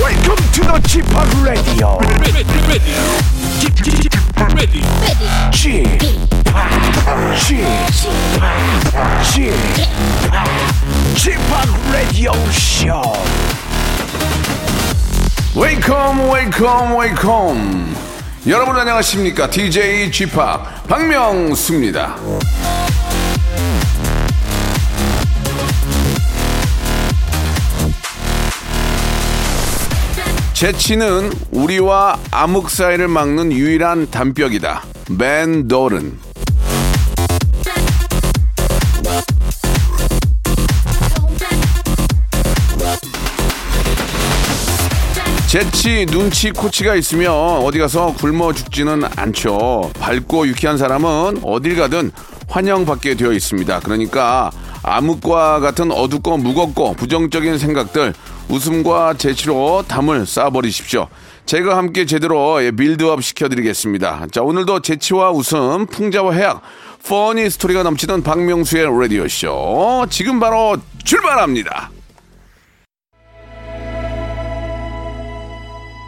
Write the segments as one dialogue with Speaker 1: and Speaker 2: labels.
Speaker 1: welcome to the Chip Radio.
Speaker 2: ready, ready, ready, ready.
Speaker 1: Chip, Chip, Chip, Chip Radio Show.
Speaker 3: 웨이컴 웨이컴 웨이컴 여러분 안녕하십니까 DJ g p 박명수입니다 재치는 우리와 암흑 사이를 막는 유일한 담벽이다 맨 도른 재치, 눈치, 코치가 있으면 어디 가서 굶어 죽지는 않죠. 밝고 유쾌한 사람은 어딜 가든 환영받게 되어 있습니다. 그러니까 암흑과 같은 어둡고 무겁고 부정적인 생각들 웃음과 재치로 담을 쌓아버리십시오. 제가 함께 제대로 예, 빌드업 시켜드리겠습니다. 자, 오늘도 재치와 웃음, 풍자와 해악, 퍼니 스토리가 넘치는 박명수의 라디오쇼. 지금 바로 출발합니다.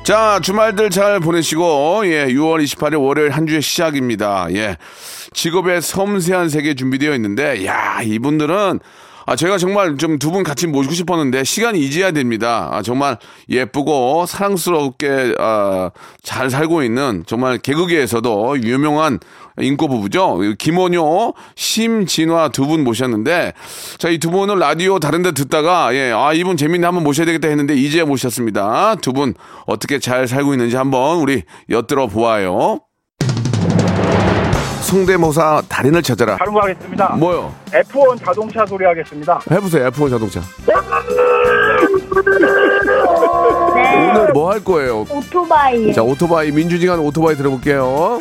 Speaker 3: 자, 주말들 잘 보내시고, 예, 6월 28일 월요일 한 주의 시작입니다. 예. 직업의 섬세한 세계 준비되어 있는데, 야 이분들은, 아, 제가 정말 좀 두 분 같이 모시고 싶었는데, 시간이 이제야 됩니다. 아, 정말 예쁘고 사랑스럽게, 아, 잘 살고 있는 정말 개그계에서도 유명한 인꼬 부부죠. 김원효, 심진화 두 분 모셨는데, 자, 이 두 분은 라디오 다른데 듣다가, 예, 아, 이분 재밌네 한번 모셔야 되겠다 했는데, 이제 모셨습니다. 두 분 어떻게 잘 살고 있는지 한번 우리 엿들어 보아요. 송대모사 달인을 찾아라.
Speaker 4: 다른 거 하겠습니다.
Speaker 3: 뭐요?
Speaker 4: F1 자동차 소리 하겠습니다.
Speaker 3: 해보세요, F1 자동차. 오늘 뭐 할 거예요?
Speaker 5: 오토바이에
Speaker 3: 자, 오토바이, 민주지간 오토바이 들어볼게요.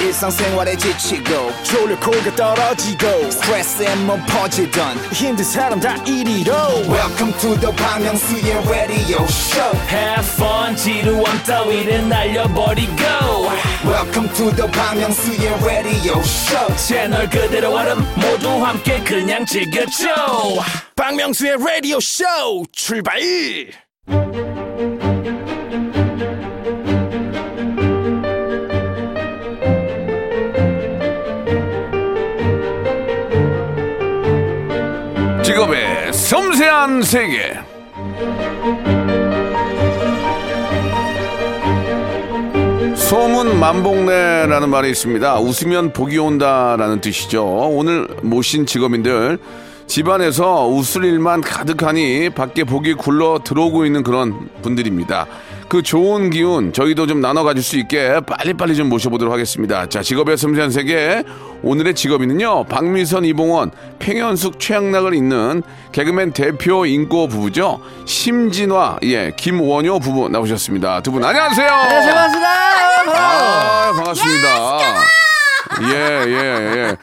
Speaker 6: 일상생활에 지치고, 졸려 코가 떨어지고, 스트레스에 몸 퍼지던, 힘든 사람 다 이리로. welcome to the Bang Myung-soo's radio show
Speaker 7: Have fun 지루한 따위를 날려버리고
Speaker 6: welcome to the Bang Myung-soo's radio show
Speaker 7: 채널 그대로 얼음 모두 함께 그냥 즐겨줘
Speaker 6: 박명수의 radio show 출발
Speaker 3: 직업의 섬세한 세계. 소문 만복내라는 말이 있습니다. 웃으면 복이 온다라는 뜻이죠. 오늘 모신 직업인들 집안에서 웃을 일만 가득하니 밖에 복이 굴러 들어오고 있는 그런 분들입니다. 그 좋은 기운 저희도 좀 나눠 가질 수 있게 빨리빨리 좀 모셔보도록 하겠습니다. 자, 직업의 섬세한 세계 오늘의 직업인은요. 박미선 이봉원 평현숙 최양락을 잇는 개그맨 대표 인꼬 부부죠. 심진화 예 김원효 부부 나오셨습니다. 두 분 안녕하세요. 안녕하세요. 아, 반갑습니다. 예, 예, 예.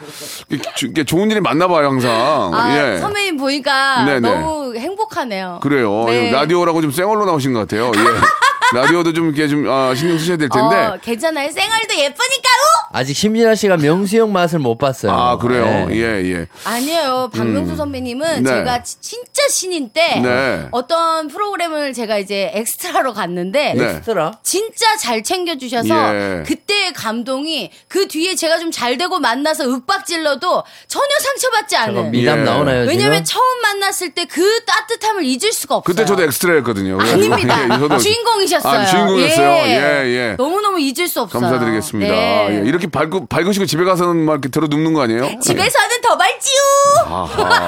Speaker 3: 이게 주- 이게 좋은 일이 많나 봐요, 항상.
Speaker 8: 아,
Speaker 3: 예.
Speaker 8: 선배님 보니까
Speaker 3: 네네.
Speaker 8: 너무 행복하네요.
Speaker 3: 그래요.
Speaker 8: 네.
Speaker 3: 라디오라고 좀 쌩얼로 나오신 것 같아요. 예. 라디오도 좀 이렇게 좀 아, 신경 쓰셔야 될 텐데.
Speaker 8: 어, 괜찮아요. 생얼도 예쁘니까, 우!
Speaker 9: 아직 심진아 씨가 명수 형 맛을 못 봤어요.
Speaker 3: 아, 그래요.
Speaker 9: 네.
Speaker 3: 예, 예.
Speaker 8: 아니에요. 박명수 선배님은
Speaker 3: 네.
Speaker 8: 제가 지- 진짜 신인 때
Speaker 3: 네.
Speaker 8: 어떤 프로그램을 제가 이제 엑스트라로 갔는데
Speaker 3: 네.
Speaker 9: 엑스트라?
Speaker 8: 진짜 잘 챙겨주셔서
Speaker 3: 예.
Speaker 8: 그때의 감동이 그 뒤에 제가 좀 잘 되고 만나서 윽박질러도 전혀 상처받지
Speaker 9: 잠깐
Speaker 8: 않은.
Speaker 9: 미담
Speaker 3: 예.
Speaker 9: 나오나요 지금?
Speaker 8: 왜냐면 처음 만났을 때 그 따뜻함을 잊을 수가 없어요.
Speaker 3: 그때 저도 엑스트라였거든요.
Speaker 8: 아닙니다.
Speaker 3: 예, 저도
Speaker 8: 주인공이셨어요. 주인공이셨어요.
Speaker 3: 아, 주인공이었어요. 예, 예.
Speaker 8: 너무너무 잊을 수 없어요.
Speaker 3: 감사드리겠습니다.
Speaker 8: 네.
Speaker 3: 예, 이렇게 밝고, 밝으시고 집에 가서는 막 이렇게 들어 눕는 거 아니에요? 예.
Speaker 8: 집에서는 더 밝지요.
Speaker 3: 아하.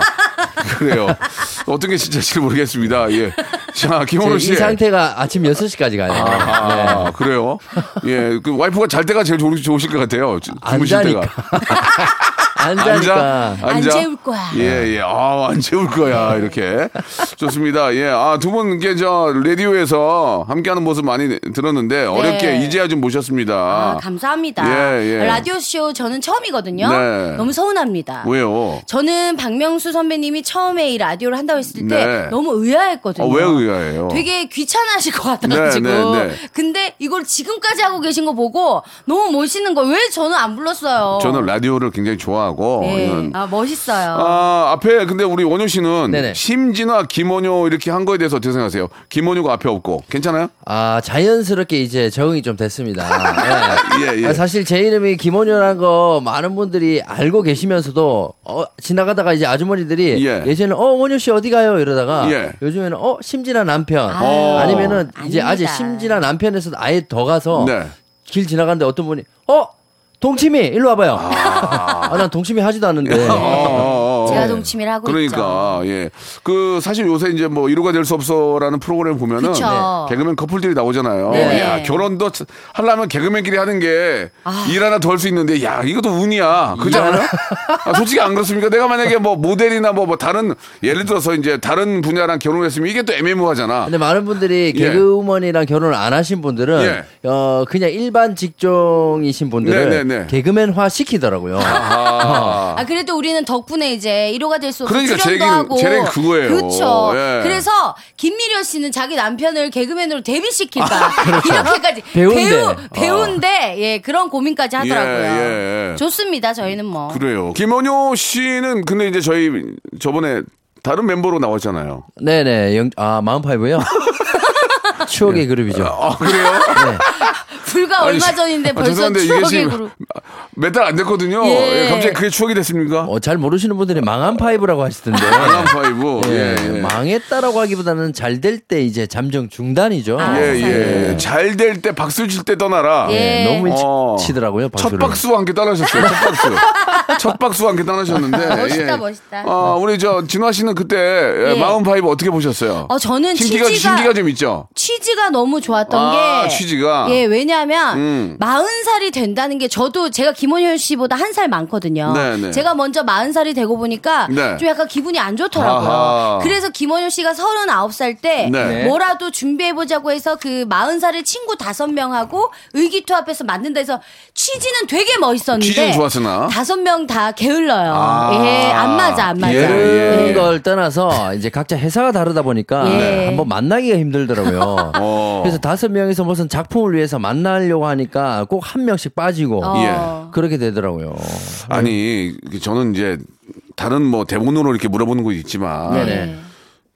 Speaker 3: 그래요. 어떤 게 진짜인지 모르겠습니다. 예. 자,
Speaker 9: 지금
Speaker 3: 김원우 씨.
Speaker 9: 이 상태가 아침 6시까지 가요. 네.
Speaker 3: 아, 그래요? 예, 그 와이프가 잘 때가 제일 좋, 좋으실 것 같아요. 주- 주무실 때가.
Speaker 9: 앉아니까.
Speaker 3: 앉아.
Speaker 8: 안 재울 거야.
Speaker 3: 예, 예. 아, 안 재울 거야. 이렇게. 좋습니다. 예. 아, 두 분, 이게 저, 라디오에서 함께하는 모습 많이 들었는데, 어렵게 이제야 좀 모셨습니다.
Speaker 8: 네. 아, 감사합니다.
Speaker 3: 예, 예.
Speaker 8: 라디오 쇼 저는 처음이거든요.
Speaker 3: 네.
Speaker 8: 너무 서운합니다.
Speaker 3: 왜요?
Speaker 8: 저는 박명수 선배님이 처음에 이 라디오를 한다고 했을 때
Speaker 3: 네.
Speaker 8: 너무 의아했거든요.
Speaker 3: 아, 왜 의아해요?
Speaker 8: 되게 귀찮아하실 것 같아가지고.
Speaker 3: 네, 네, 네.
Speaker 8: 근데 이걸 지금까지 하고 계신 거 보고 너무 멋있는 거 왜 저는 안 불렀어요?
Speaker 3: 저는 라디오를 굉장히 좋아하고,
Speaker 8: 네.
Speaker 3: 이런-
Speaker 8: 아 멋있어요.
Speaker 3: 아, 앞에 근데 우리 원효 씨는
Speaker 9: 네네.
Speaker 3: 심진아, 김원효 이렇게 한 거에 대해서 어떻게 생각하세요? 김원효가 앞에 없고 괜찮아요?
Speaker 9: 아, 자연스럽게 이제 적응이 좀 됐습니다. 예.
Speaker 3: 예, 예.
Speaker 9: 아, 사실 제 이름이 김원효라는 거 많은 분들이 알고 계시면서도 어, 지나가다가 이제 아주머니들이
Speaker 3: 예.
Speaker 9: 예. 전에는어 원효 씨 어디 가요 이러다가
Speaker 3: 예.
Speaker 9: 요즘에는 어 심진아 남편
Speaker 3: 어.
Speaker 8: 아유,
Speaker 9: 아니면은 이제
Speaker 8: 아닙니다.
Speaker 9: 아직 심진아 남편에서 아예 더 가서
Speaker 3: 네.
Speaker 9: 길 지나가는데 어떤 분이 어 동치미 일로 와봐요. 아, 난 동치미 하지도 않는데.
Speaker 3: 예. 어, 어, 어.
Speaker 8: 제가 동치미를 하고 있죠.
Speaker 3: 그러니까 예. 그 사실 요새 이제 뭐 이루가 될 수 없어라는 프로그램 보면은
Speaker 8: 그쵸.
Speaker 9: 네.
Speaker 3: 개그맨 커플들이 나오잖아요.
Speaker 8: 네.
Speaker 3: 야, 결혼도 참- 하려면 개그맨끼리 하는 게 일
Speaker 9: 아.
Speaker 3: 하나 더 할 수 있는데 야, 이것도 운이야. 그지 않아요? 아, 솔직히 안 그렇습니까? 내가 만약에 뭐 모델이나 뭐, 뭐 다른 예를 들어서 이제 다른 분야랑 결혼했으면 이게 또 애매모하잖아.
Speaker 9: 근데 많은 분들이
Speaker 3: 예.
Speaker 9: 개그우먼이랑 결혼을 안 하신 분들은 어 그냥 일반 직종이신 분들을
Speaker 3: 네, 네, 네.
Speaker 9: 개그맨화 시키더라고요.
Speaker 3: 아.
Speaker 8: 아 그래도 우리는 덕분에 이제 1호가 될 수 없어
Speaker 3: 그러니까 제
Speaker 8: 출연도
Speaker 3: 얘기는-
Speaker 8: 하고
Speaker 3: 제 얘기는 그거예요.
Speaker 8: 그렇죠.
Speaker 3: 예.
Speaker 8: 그래서 김미려 씨는 자기 남편을 개그맨으로 데뷔시킬까
Speaker 3: 아, 그렇죠.
Speaker 8: 이렇게까지
Speaker 9: 배우인데. 어.
Speaker 8: 배우 배우인데 예 그런 고민까지 하더라고요.
Speaker 3: 예, 예, 예.
Speaker 8: 좋습니다. 저희는 뭐
Speaker 3: 그래요. 김원효 씨는 근데 이제 저희 저번에 다른 멤버로 나왔잖아요.
Speaker 9: 네네 영, 아 마음파이브요. 추억의 그룹이죠.
Speaker 3: 아, 그래요?
Speaker 8: 불과
Speaker 3: 아니,
Speaker 8: 얼마 전인데
Speaker 3: 아,
Speaker 8: 벌써
Speaker 3: 죄송한데 이게
Speaker 8: 추억의
Speaker 3: 지금
Speaker 8: 그룹.
Speaker 3: 몇 달 안 됐거든요.
Speaker 8: 예.
Speaker 3: 예, 갑자기 그게 추억이 됐습니까?
Speaker 9: 어, 잘 모르시는 분들이 망한 파이브라고 하시던데.
Speaker 3: 강한 파이브.
Speaker 9: 예,
Speaker 3: 예, 예.
Speaker 9: 망했다라고 하기보다는 잘 될 때 이제 잠정 중단이죠.
Speaker 8: 아,
Speaker 3: 예, 예. 잘 될 때 박수 칠 때 떠나라.
Speaker 8: 예.
Speaker 9: 너무 일찍
Speaker 3: 어.
Speaker 9: 치더라고요.
Speaker 3: 첫
Speaker 9: 박수를.
Speaker 3: 박수와 함께 떠나셨어요. 첫 박수. 첫 박수와 함께 떠나셨는데.
Speaker 8: 멋있다, 멋있다.
Speaker 3: 아, 우리 저 진화 씨는 그때 예,
Speaker 8: 예.
Speaker 3: 마음 파이브 어떻게 보셨어요?
Speaker 8: 어 저는
Speaker 3: 신기가
Speaker 8: 취지가
Speaker 3: 신기가 좀 있죠.
Speaker 8: 취지가 너무 좋았던
Speaker 3: 아,
Speaker 8: 게
Speaker 3: 취지가.
Speaker 8: 예 왜냐하면
Speaker 3: 음.
Speaker 8: 마흔 살이 된다는 게 저도 제가 김원현 씨보다 한 살 많거든요.
Speaker 3: 네, 네.
Speaker 8: 제가 먼저 마흔 살이 되고 보니까
Speaker 3: 네.
Speaker 8: 좀 약간 기분이 안 좋더라고요.
Speaker 3: 아하.
Speaker 8: 그래서 김원현 씨가 서른아홉 살 때
Speaker 3: 네.
Speaker 8: 뭐라도 준비해 보자고 해서 그 마흔 살의 친구 다섯 명하고 의기투합해서 만든다 해서 취지는 되게 멋있었는데
Speaker 3: 취지는 좋았으나?
Speaker 8: 다섯 명 다 게을러요.
Speaker 3: 아.
Speaker 8: 예 안 맞아 안 맞아.
Speaker 3: 예.
Speaker 9: 그런 걸 떠나서 이제 각자 회사가 다르다 보니까
Speaker 8: 예.
Speaker 9: 한번 만나기가 힘들더라고요.
Speaker 3: 어.
Speaker 9: 그래서 다섯 명이서 무슨 작품을 위해서 만나려고 하니까 꼭 한 명씩 빠지고
Speaker 8: 어.
Speaker 3: 예.
Speaker 9: 그렇게 되더라고요.
Speaker 8: 네.
Speaker 3: 아니, 저는 이제 다른 뭐 대본으로 이렇게 물어보는 거 있지만
Speaker 8: 예,
Speaker 9: 네네.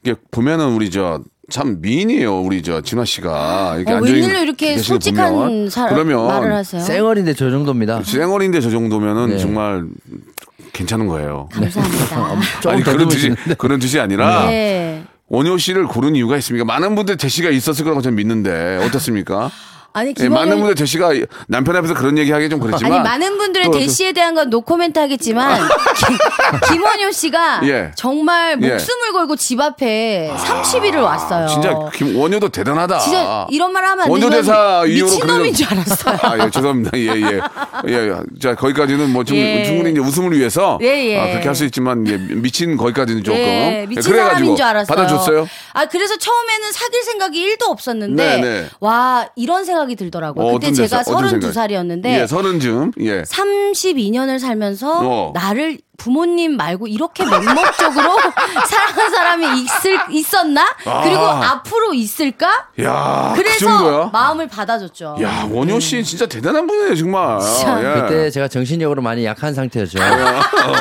Speaker 3: 이게 보면은 우리 저 참 미인이에요, 우리 저 진화 씨가. 이렇게
Speaker 8: 어,
Speaker 3: 앉아있는
Speaker 8: 웬일로 이렇게
Speaker 3: 계시는 거
Speaker 8: 솔직한
Speaker 3: 보면.
Speaker 8: 사,
Speaker 3: 그러면
Speaker 8: 말을 하세요?
Speaker 9: 쌩얼인데 저 정도입니다.
Speaker 3: 생얼인데 저 정도면은
Speaker 9: 네.
Speaker 3: 정말 괜찮은 거예요.
Speaker 8: 감사합니다.
Speaker 9: 조금
Speaker 3: 아니 그런 뜻이
Speaker 9: 더듬으시는데.
Speaker 3: 그런 뜻이 아니라
Speaker 8: 예.
Speaker 3: 원효 씨를 고른 이유가 있습니까? 많은 분들 제시가 있었을 거라고 저는 믿는데 어떻습니까?
Speaker 8: 아니
Speaker 3: 예,
Speaker 8: 김원현
Speaker 3: 많은 분들 제시가 남편 앞에서 그런 얘기하기 좀 그랬지만
Speaker 8: 아니 많은 분들의
Speaker 3: 또 그- 아.
Speaker 8: 대시에 대한 건 노코멘트 하겠지만 김- 김원효 씨가
Speaker 3: 예.
Speaker 8: 정말
Speaker 3: 예. 아,
Speaker 8: 목숨을 걸고 집 앞에 30일을 왔어요.
Speaker 3: 진짜 김 원효도 대단하다.
Speaker 8: 진짜 이런 말 하면 안
Speaker 3: 원효
Speaker 8: 되는
Speaker 3: 대사 이후로 그런-
Speaker 8: 미친놈인 줄 알았어요.
Speaker 3: 아, 예, 죄송합니다. 예, 예. 예, 예. 자, 거기까지는 뭐 충,
Speaker 8: 예.
Speaker 3: 충분히 이제 웃음을 위해서
Speaker 8: 예, 예.
Speaker 3: 아, 그렇게 할 수 있지만 예, 미친 거기까지는 조금
Speaker 8: 예, 미친
Speaker 3: 그래가지고
Speaker 8: 사람인 줄 알았어요.
Speaker 3: 받아줬어요.
Speaker 8: 아, 그래서 처음에는 사귈 생각이 1도 없었는데,
Speaker 3: 네, 네.
Speaker 8: 와, 이런 생각이 들더라고요.
Speaker 3: 어,
Speaker 8: 뭐 그때
Speaker 3: 어떤
Speaker 8: 제가
Speaker 3: 데서- 어떤 생각?
Speaker 8: 32살이었는데,
Speaker 3: 예, 서른 쯤. 예.
Speaker 8: 32년을 살면서
Speaker 3: 어.
Speaker 8: 나를 부모님 말고 이렇게 맹목적으로 사랑한 사람이 있을, 있었나? 그리고
Speaker 3: 아.
Speaker 8: 앞으로 있을까?
Speaker 3: 야, 그
Speaker 8: 그래서
Speaker 3: 정도야.
Speaker 8: 마음을 음. 받아줬죠.
Speaker 3: 야, 원효 씨 진짜 대단한 분이에요, 정말.
Speaker 8: 참.
Speaker 3: 예.
Speaker 9: 그때 제가 정신력으로 많이 약한 상태였죠.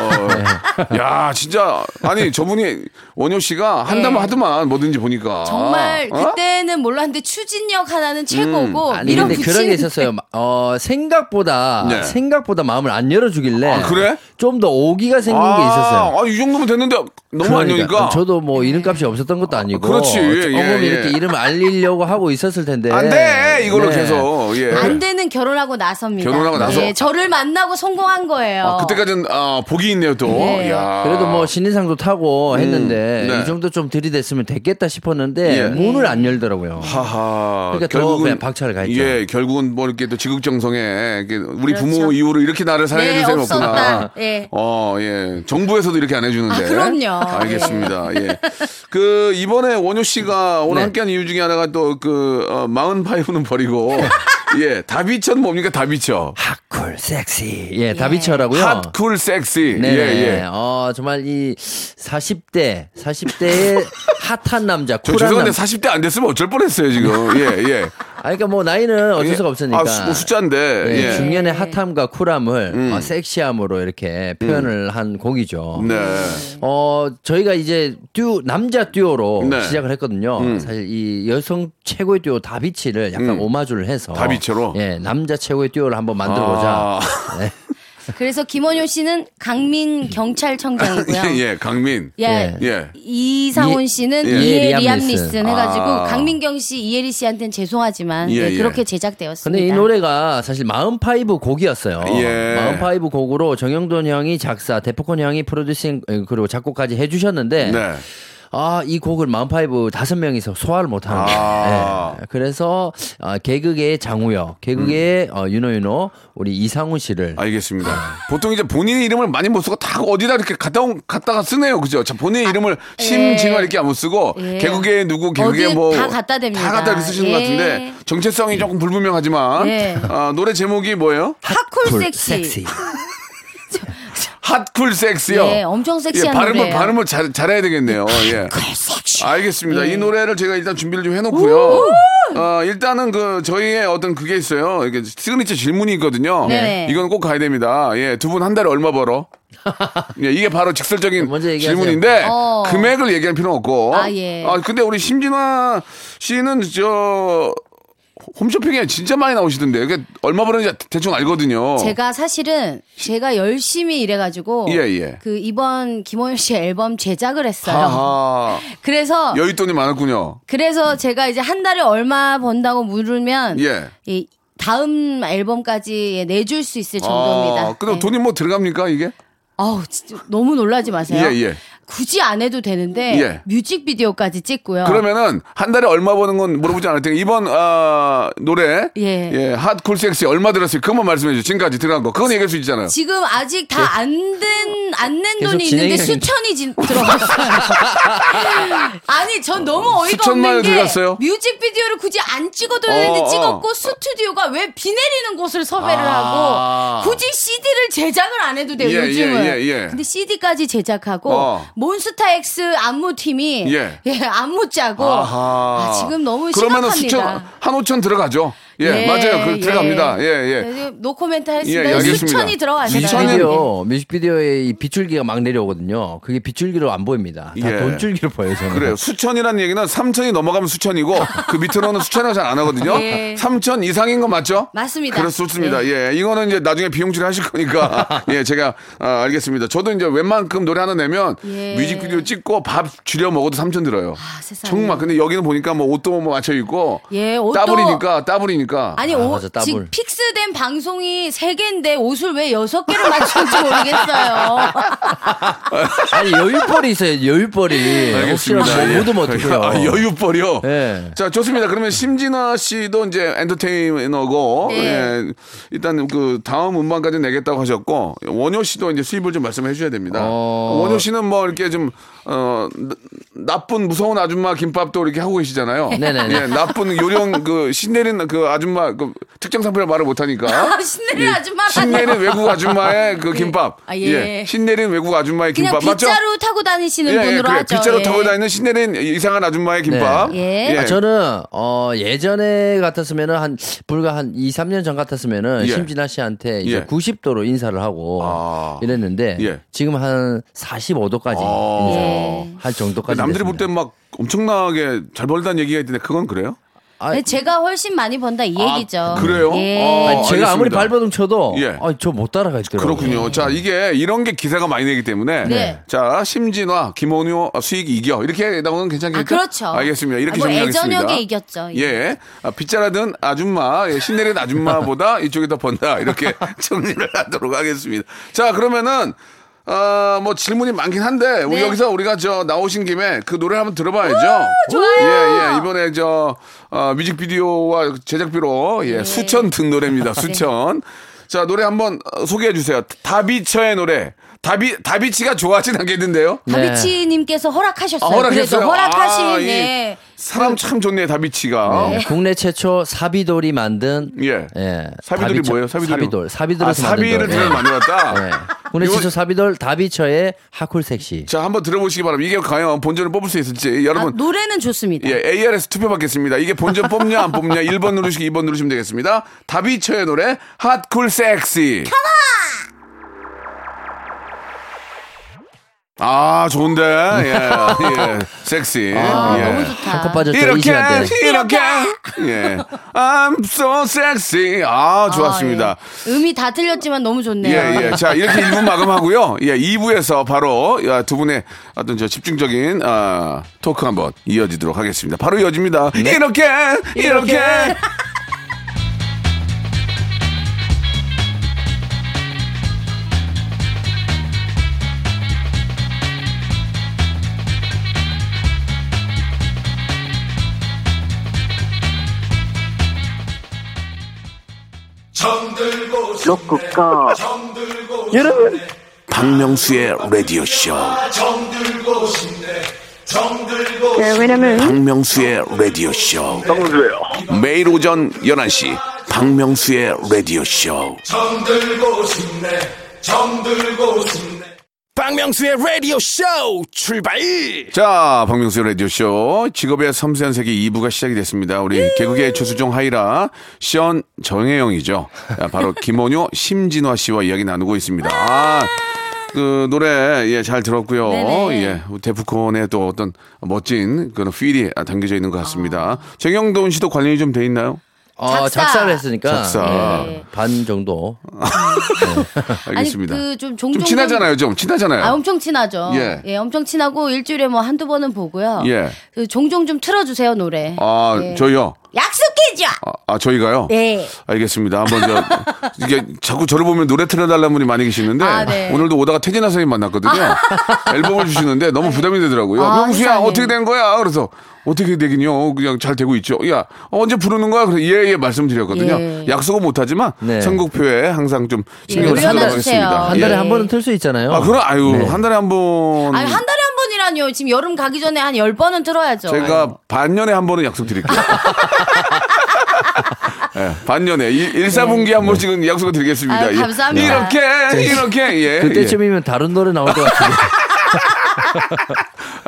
Speaker 3: 어. 야, 진짜 아니 저분이 원효 씨가 한다면
Speaker 8: 네.
Speaker 3: 하더만 뭐든지 보니까
Speaker 8: 정말
Speaker 3: 어? 음.
Speaker 8: 그때는 몰랐는데 추진력 하나는 최고고
Speaker 9: 아니
Speaker 8: 어, 이런
Speaker 9: 근데 그런 게 있었어요. 어 생각보다
Speaker 3: 네.
Speaker 9: 생각보다 마음을 안 열어주길래
Speaker 3: 아, 그래?
Speaker 9: 좀 더 오기가 생긴 게 있었어요.
Speaker 3: 아, 이 정도면 됐는데 너무 안 좋으니까.
Speaker 9: 저도 뭐
Speaker 8: 네.
Speaker 9: 이름값이 없었던 것도 아니고.
Speaker 3: 그렇지. 예,
Speaker 9: 조금
Speaker 3: 예.
Speaker 9: 이렇게 이름 알리려고 하고 있었을 텐데.
Speaker 3: 안 돼! 이걸로
Speaker 9: 네.
Speaker 3: 계속. 예.
Speaker 8: 안 되는 결혼하고 나섭니다.
Speaker 3: 결혼하고 나서?
Speaker 8: 예, 저를 만나고 성공한 거예요.
Speaker 3: 아, 그때까지는, 아, 복이 있네요, 또.
Speaker 8: 어. 네.
Speaker 3: 야.
Speaker 9: 그래도 뭐 신인상도 타고 했는데
Speaker 3: 아. 네.
Speaker 9: 이 정도 좀 들이댔으면 됐겠다 싶었는데
Speaker 3: 예.
Speaker 9: 문을 안 열더라고요.
Speaker 3: 하하.
Speaker 9: 그러니까 더 그냥 박차를 가했죠.
Speaker 3: 예, 결국은 뭐 이렇게 또 지극정성에 이렇게 우리 부모
Speaker 8: 그렇죠.
Speaker 3: 이후로 이렇게 나를 사랑해
Speaker 8: 네,
Speaker 3: 준 사람이
Speaker 8: 없었다.
Speaker 3: 없구나.
Speaker 8: 예.
Speaker 3: 어, 예. 정부에서도 이렇게 안 해주는데.
Speaker 8: 아, 그럼요.
Speaker 3: 알겠습니다. 예. 그 이번에 원효 씨가 오늘
Speaker 9: 네.
Speaker 3: 함께한 이유 중에 하나가 또그 어, 마흔파이브는 버리고 예, 다비처는 뭡니까 다비처?
Speaker 9: 핫쿨 섹시. 예, 다비처라고요.
Speaker 3: 핫쿨 섹시.
Speaker 9: 네,
Speaker 3: 예, 예.
Speaker 9: 어, 정말 이 40대, 40대의 핫한 남자,
Speaker 3: 저
Speaker 9: 쿨한
Speaker 3: 죄송한데
Speaker 9: 남자.
Speaker 3: 40대 안 됐으면 어쩔 뻔했어요 지금. 예, 예.
Speaker 9: 아, 그러니까 뭐 나이는 어쩔 수가 없으니까.
Speaker 3: 아, 수- 뭐 숫자인데.
Speaker 9: 예,
Speaker 3: 예. 음.
Speaker 9: 중년의 핫함과 쿨함을 어, 섹시함으로 이렇게 표현을 한 곡이죠.
Speaker 3: 네.
Speaker 9: 어 저희가 이제 듀 남자 듀오로
Speaker 3: 네.
Speaker 9: 시작을 했거든요. 사실 이 여성 최고의 듀오 다비치를 약간
Speaker 3: 음.
Speaker 9: 오마주를 해서
Speaker 3: 다비치로?
Speaker 9: 예 남자 최고의 듀오를 한번 만들어보자.
Speaker 3: 아.
Speaker 9: 네.
Speaker 8: 그래서 김원효 씨는 강민 경찰청장이고요.
Speaker 3: 예, 예, 강민.
Speaker 8: 예.
Speaker 3: 예.
Speaker 8: 이상훈 씨는
Speaker 3: 예.
Speaker 8: 이에
Speaker 9: 이에
Speaker 8: 리암
Speaker 9: 리암
Speaker 8: 리슨
Speaker 9: 리슨.
Speaker 8: 해가지고
Speaker 3: 아.
Speaker 8: 강민경 씨, 이혜리 씨한테는 죄송하지만
Speaker 3: 예,
Speaker 8: 예,
Speaker 3: 예.
Speaker 8: 그렇게 제작되었습니다.
Speaker 9: 근데 이 노래가 사실 마흔파이브 곡이었어요.
Speaker 3: 예.
Speaker 9: 마흔파이브 곡으로 정영돈 형이 작사, 데프콘 형이 프로듀싱 에, 그리고 작곡까지 해주셨는데
Speaker 3: 네.
Speaker 9: 아 이 곡을 마흔파이브 다섯 명이서 소화를 못하는 거예요.
Speaker 3: 아.
Speaker 9: 예. 그래서 아, 개그계의 장우혁, 개그계의
Speaker 3: 음.
Speaker 9: 어, 윤호윤호, 우리 이상훈 씨를
Speaker 3: 알겠습니다. 보통 이제 본인 이름을 많이 못 쓰고 다 어디다 이렇게 갖다 온, 갖다가 쓰네요. 그죠? 자, 본인 이름을 심지만 이렇게 안 못 쓰고
Speaker 8: 아, 예.
Speaker 3: 개그계 누구 개그계
Speaker 8: 어디
Speaker 3: 뭐
Speaker 8: 다 갖다 댑니다.
Speaker 3: 다 갖다 이렇게 쓰시는
Speaker 8: 예.
Speaker 3: 것 같은데 정체성이 조금 불분명하지만
Speaker 8: 예.
Speaker 3: 아, 노래 제목이 뭐예요?
Speaker 8: 핫쿨
Speaker 9: 쿨,
Speaker 8: 섹시.
Speaker 3: 핫쿨 섹스요.
Speaker 8: 예, 엄청 섹시한
Speaker 3: 발음을
Speaker 8: 노래예요.
Speaker 3: 발음을 잘 잘해야 되겠네요. 예.
Speaker 8: 섹시.
Speaker 3: 알겠습니다.
Speaker 8: 네.
Speaker 3: 이 노래를 제가 일단 준비를 좀 해놓고요. 어, 일단은 그 저희의 어떤 그게 있어요. 이게 시그니처 질문이 있거든요.
Speaker 8: 네네.
Speaker 3: 이건 꼭 가야 됩니다. 예, 두 분 한 달에 얼마 벌어? 예, 이게 바로 직설적인
Speaker 9: 먼저 얘기하세요.
Speaker 3: 질문인데
Speaker 8: 어.
Speaker 3: 금액을 얘기할 필요는 없고.
Speaker 8: 아, 예.
Speaker 3: 근데 우리 심진아 씨는 저 홈쇼핑에 진짜 많이 나오시던데 이게 얼마 버는지 대충 알거든요.
Speaker 8: 제가 사실은 제가 열심히 일해가지고
Speaker 3: 어. 예, 예.
Speaker 8: 그 이번 김원효 씨 앨범 제작을 했어요.
Speaker 3: 아하,
Speaker 8: 그래서
Speaker 3: 여윳돈이 많았군요.
Speaker 8: 그래서 제가 이제 한 달에 얼마 번다고 물으면
Speaker 3: 예.
Speaker 8: 이 다음 앨범까지 예, 내줄 수 있을 정도입니다.
Speaker 3: 아, 근데
Speaker 8: 예.
Speaker 3: 돈이 뭐 들어갑니까 이게?
Speaker 8: 아우 진짜 너무 놀라지 마세요.
Speaker 3: 예, 예.
Speaker 8: 굳이 안 해도 되는데
Speaker 3: 예.
Speaker 8: 뮤직비디오까지 찍고요.
Speaker 3: 그러면은 한 달에 얼마 버는 건 물어보지 않을 테니까 이번 아, 노래
Speaker 8: 예.
Speaker 3: 핫쿨 섹시 얼마 들었어요? 그것만 말씀해 주세요. 지금까지 들어간 거. 그건 얘기할 수 있잖아요. 예.
Speaker 8: 지금 아직 다 안 된 안 낸
Speaker 9: 계속
Speaker 8: 돈이 있는데
Speaker 9: 진행이
Speaker 8: 수천이 진, 들어갔어요. 아니 전 너무 어이가
Speaker 3: 수천만
Speaker 8: 없는 게
Speaker 3: 들어갔어요?
Speaker 8: 뮤직비디오를 굳이 안 찍어도 되는데
Speaker 3: 어, 어.
Speaker 8: 찍었고 스튜디오가 왜 비 내리는 곳을 섭외를
Speaker 3: 아.
Speaker 8: 하고 굳이 CD를 제작을 안 해도 돼요
Speaker 3: 예,
Speaker 8: 요즘은.
Speaker 3: 예, 예, 예.
Speaker 8: 근데 CD까지 제작하고
Speaker 3: 어.
Speaker 8: 몬스타엑스 안무팀이
Speaker 3: 예.
Speaker 8: 예. 안무 짜고
Speaker 3: 아하.
Speaker 8: 아, 지금 너무
Speaker 3: 그러면은
Speaker 8: 심각합니다.
Speaker 3: 수천 한 오천 들어가죠. 예, 맞아요. 그 들어갑니다. 예, 예.
Speaker 8: 그래서 노코멘트 했습니다.
Speaker 3: 예, 알겠습니다.
Speaker 8: 수천이 들어가잖아요.
Speaker 9: 뮤직비디오 뮤직비디오에 이 빗줄기가 막 내려오거든요. 그게 빗줄기로 안 보입니다. 다
Speaker 3: 예.
Speaker 9: 돈줄기로 보여요. 저는.
Speaker 8: 네.
Speaker 3: 그래요. 수천이라는 얘기는 삼천이 넘어가면 수천이고 그 밑으로는 수천이라고 잘 안 하거든요.
Speaker 8: 예.
Speaker 3: 삼천 이상인 거 맞죠?
Speaker 8: 맞습니다. 네.
Speaker 3: 그렇습니다. 예. 이거는 이제 나중에 비용 처리하실 거니까 예, 제가 아, 알겠습니다. 저도 이제 웬만큼 노래 하나 내면
Speaker 8: 예.
Speaker 3: 뮤직비디오 찍고 밥 줄여 먹어도 삼천 들어요.
Speaker 8: 아, 세상에.
Speaker 3: 정말 근데 여기는 보니까 뭐 옷도 뭐 맞춰 입고
Speaker 8: 예, 옷도-
Speaker 3: 따블이니까 따블이니까
Speaker 8: 아니
Speaker 9: 아,
Speaker 8: 오,
Speaker 9: 맞아, 따블.
Speaker 8: 지금 픽스된 방송이 세 개인데 옷을 왜 여섯 개를 맞춘지 모르겠어요.
Speaker 9: 아니 여유벌이 있어요. 여유벌이. 혹시나
Speaker 3: 예.
Speaker 9: 뭐 묻으면 어떡해요.
Speaker 3: 아, 여유벌이요.
Speaker 9: 예.
Speaker 3: 네. 자 좋습니다. 그러면 심진아 씨도 이제 엔터테이너고
Speaker 8: 네.
Speaker 3: 예, 일단 그 다음 음반까지 내겠다고 하셨고 원효 씨도 이제 수입을 좀 말씀해 주셔야 됩니다.
Speaker 9: 어.
Speaker 3: 원효 씨는 뭐 이렇게 좀 어, 나- 나쁜 무서운 아줌마 김밥도 이렇게 하고 계시잖아요.
Speaker 9: 네네네.
Speaker 3: 예, 나쁜 요령 그 신내린 그 아줌마 그 특정 상품을 말을 못하니까. 예.
Speaker 8: 아, 신내린 아줌마.
Speaker 3: 신내린 외국 아줌마의 그 김밥.
Speaker 8: 아, 예.
Speaker 3: 신내린 외국 아줌마의
Speaker 8: 그냥
Speaker 3: 김밥 맞죠?
Speaker 8: 빗자루 타고 다니시는 분으로
Speaker 3: 그래.
Speaker 8: 하죠.
Speaker 3: 빗자루
Speaker 8: 예.
Speaker 3: 타고 다니는 신내린 이상한 아줌마의 김밥.
Speaker 8: 네. 예.
Speaker 9: 아, 저는 어 예전에 같았으면은 한 불과 한 2, 3년 전 같았으면은
Speaker 3: 예.
Speaker 9: 심진아 씨한테 이제
Speaker 3: 예.
Speaker 9: 90도로 인사를 하고
Speaker 3: 아.
Speaker 9: 이랬는데
Speaker 3: 예.
Speaker 9: 지금 한 45도까지
Speaker 3: 아.
Speaker 8: 네.
Speaker 9: 인사할 정도까지
Speaker 3: 그 남들이
Speaker 9: 됐습니다.
Speaker 3: 볼 땐 막 엄청나게 잘 벌다는 얘기가 있던데 그건 그래요?
Speaker 9: 아.
Speaker 8: 네, 제가 훨씬 많이 번다 이
Speaker 3: 아,
Speaker 8: 얘기죠.
Speaker 3: 그래요?
Speaker 8: 예.
Speaker 3: 어.
Speaker 9: 아니, 제가 아무리
Speaker 3: 알겠습니다.
Speaker 9: 발버둥 쳐도 아,
Speaker 3: 예.
Speaker 9: 저 못 따라가 있더라고요.
Speaker 3: 그렇군요. 자, 이게 이런 게 기사가 많이 내기 때문에
Speaker 8: 네.
Speaker 3: 자, 심진화, 김원효, 아, 수익 이겨. 이렇게 나오면 괜찮겠죠?
Speaker 8: 아, 그렇죠.
Speaker 3: 알겠습니다. 이렇게
Speaker 8: 아, 뭐
Speaker 3: 정리하겠습니다.
Speaker 8: 애저녁에 이겼죠.
Speaker 3: 예. 아, 빗자라든 아줌마, 예, 신내린 아줌마보다 이쪽이 더 번다. 이렇게 정리를 하도록 하겠습니다. 자, 그러면은 아, 뭐 질문이 많긴 한데 우리
Speaker 8: 네.
Speaker 3: 여기서 우리가 저 나오신 김에 그 노래 한번 들어봐야죠.
Speaker 8: 좋아요.
Speaker 3: 예, 예. 이번에 저 어, 뮤직비디오와 제작비로
Speaker 8: 네.
Speaker 3: 예, 수천 등 노래입니다. 수천. 자, 노래 한번 어, 소개해 주세요. 다비처의 노래. 다비 다비치가 좋아하진 않겠는데요.
Speaker 9: 네.
Speaker 8: 다비치님께서 허락하셨어요.
Speaker 3: 아, 허락했어요?
Speaker 8: 그래도 허락하시면
Speaker 3: 아, 이
Speaker 8: 예.
Speaker 3: 사람 참 좋네, 다비치가.
Speaker 9: 네, 국내 최초 사비돌이 만든
Speaker 3: 예.
Speaker 9: 예,
Speaker 3: 사비돌이
Speaker 9: 다비처-
Speaker 3: 뭐예요? 사비돌이.
Speaker 9: 사비돌 사비돌에서
Speaker 3: 아, 사비를
Speaker 9: 만든
Speaker 3: 들을
Speaker 9: 돌.
Speaker 3: 만들었다.
Speaker 9: 예. 국내
Speaker 3: 이거-
Speaker 9: 최초 사비돌 다비처의 하쿨 섹시.
Speaker 3: 자, 한번 들어보시기 바랍니다. 이게 과연 본전을 뽑을 수 있을지
Speaker 8: 아,
Speaker 3: 여러분
Speaker 8: 노래는 좋습니다.
Speaker 3: 예, ARS 투표 받겠습니다. 이게 본전 뽑냐 안 뽑냐 1번 누르시고 2번 누르시면 되겠습니다. 다비처의 노래 핫쿨 섹시. 아 좋은데 예, 예. 섹시
Speaker 8: 아,
Speaker 3: 예.
Speaker 8: 너무 좋다.
Speaker 9: 한컷 빠졌죠 이
Speaker 3: 이렇게
Speaker 9: 시간대.
Speaker 3: 이렇게 예 I'm so sexy 아 좋았습니다
Speaker 8: 아, 예. 음이 다 틀렸지만 너무 좋네요.
Speaker 3: 예, 예. 자, 이렇게 1부 마감하고요. 예, 2부에서 바로 야, 두 분의 어떤 저 집중적인 아, 토크 한번 이어지도록 하겠습니다. 바로 이어집니다. 이렇게, 이렇게.
Speaker 10: 그 로쿠꺼
Speaker 1: 여러분 박명수의 라디오 쇼
Speaker 5: 왜냐면
Speaker 1: 박명수의 라디오 쇼
Speaker 10: 정수예요
Speaker 3: 매일 오전 11시.
Speaker 1: 박명수의 라디오 쇼
Speaker 6: 박명수의 라디오 쇼 출발
Speaker 3: 자, 박명수의 라디오쇼. 직업의 섬세한 세계 2부가 시작이 됐습니다. 우리
Speaker 8: 예.
Speaker 3: 개그계의 최수종 하이라, 시언 정혜영이죠. 아, 바로 김원효, 심진화 씨와 이야기 나누고 있습니다. 아, 그 노래, 예, 잘 들었고요.
Speaker 8: 네네.
Speaker 3: 예, 데프콘의 또 어떤 멋진 그런 필이 아, 담겨져 있는 것 같습니다.
Speaker 8: 아.
Speaker 3: 정영돈 씨도 관련이 좀 돼 있나요?
Speaker 9: 어,
Speaker 8: 작사.
Speaker 9: 작사를 했으니까
Speaker 3: 작사.
Speaker 9: 예, 반 정도.
Speaker 3: 알겠습니다.
Speaker 8: 아니,
Speaker 3: 좀
Speaker 8: 그좀 종종
Speaker 3: 친하잖아요, 좀. 친하잖아요.
Speaker 8: 아, 엄청 친하죠.
Speaker 3: 예.
Speaker 8: 예. 엄청 친하고 일주일에 뭐 한두 번은 보고요.
Speaker 3: 예.
Speaker 8: 그 종종 좀 틀어주세요, 노래.
Speaker 3: 아,
Speaker 8: 예.
Speaker 3: 저희요.
Speaker 8: 약속해줘!
Speaker 3: 아, 아, 저희가요?
Speaker 8: 네.
Speaker 3: 알겠습니다. 한번 저 이게 자꾸 저를 보면 노래 틀어달라는 분이 많이 계시는데
Speaker 8: 아, 네.
Speaker 3: 오늘도 오다가 태진아 선생님 만났거든요. 앨범을 주시는데 너무 부담이 되더라고요.
Speaker 8: 아,
Speaker 3: 명수야
Speaker 8: 세상에.
Speaker 3: 어떻게 된 거야? 그래서 어떻게 되긴요. 그냥 잘 되고 있죠. 야 언제 부르는 거야? 그래서 예예 말씀드렸거든요.
Speaker 8: 예.
Speaker 3: 약속은 못하지만
Speaker 9: 네.
Speaker 3: 선곡표에 항상 좀 신경
Speaker 8: 예,
Speaker 3: 쓰도록
Speaker 8: 올려놔주세요.
Speaker 3: 하겠습니다.
Speaker 9: 한 달에
Speaker 3: 예.
Speaker 9: 한 번은 틀 수 있잖아요.
Speaker 3: 아 그럼 아유
Speaker 9: 네.
Speaker 3: 한 달에 한번
Speaker 8: 아니, 한 달에 한 번이라뇨. 지금 여름 가기 전에 한 열번은 틀어야죠.
Speaker 3: 제가 반년에 한 번은 약속드릴게요. 예, 반년에 일- 일사분기 한 번씩은 약속을 드리겠습니다.
Speaker 8: 아유,
Speaker 3: 예.
Speaker 8: 감사합니다.
Speaker 3: 이렇게 이렇게 예.
Speaker 9: 네. 그때쯤이면 다른 노래 나올 것 같은데.
Speaker 3: 예.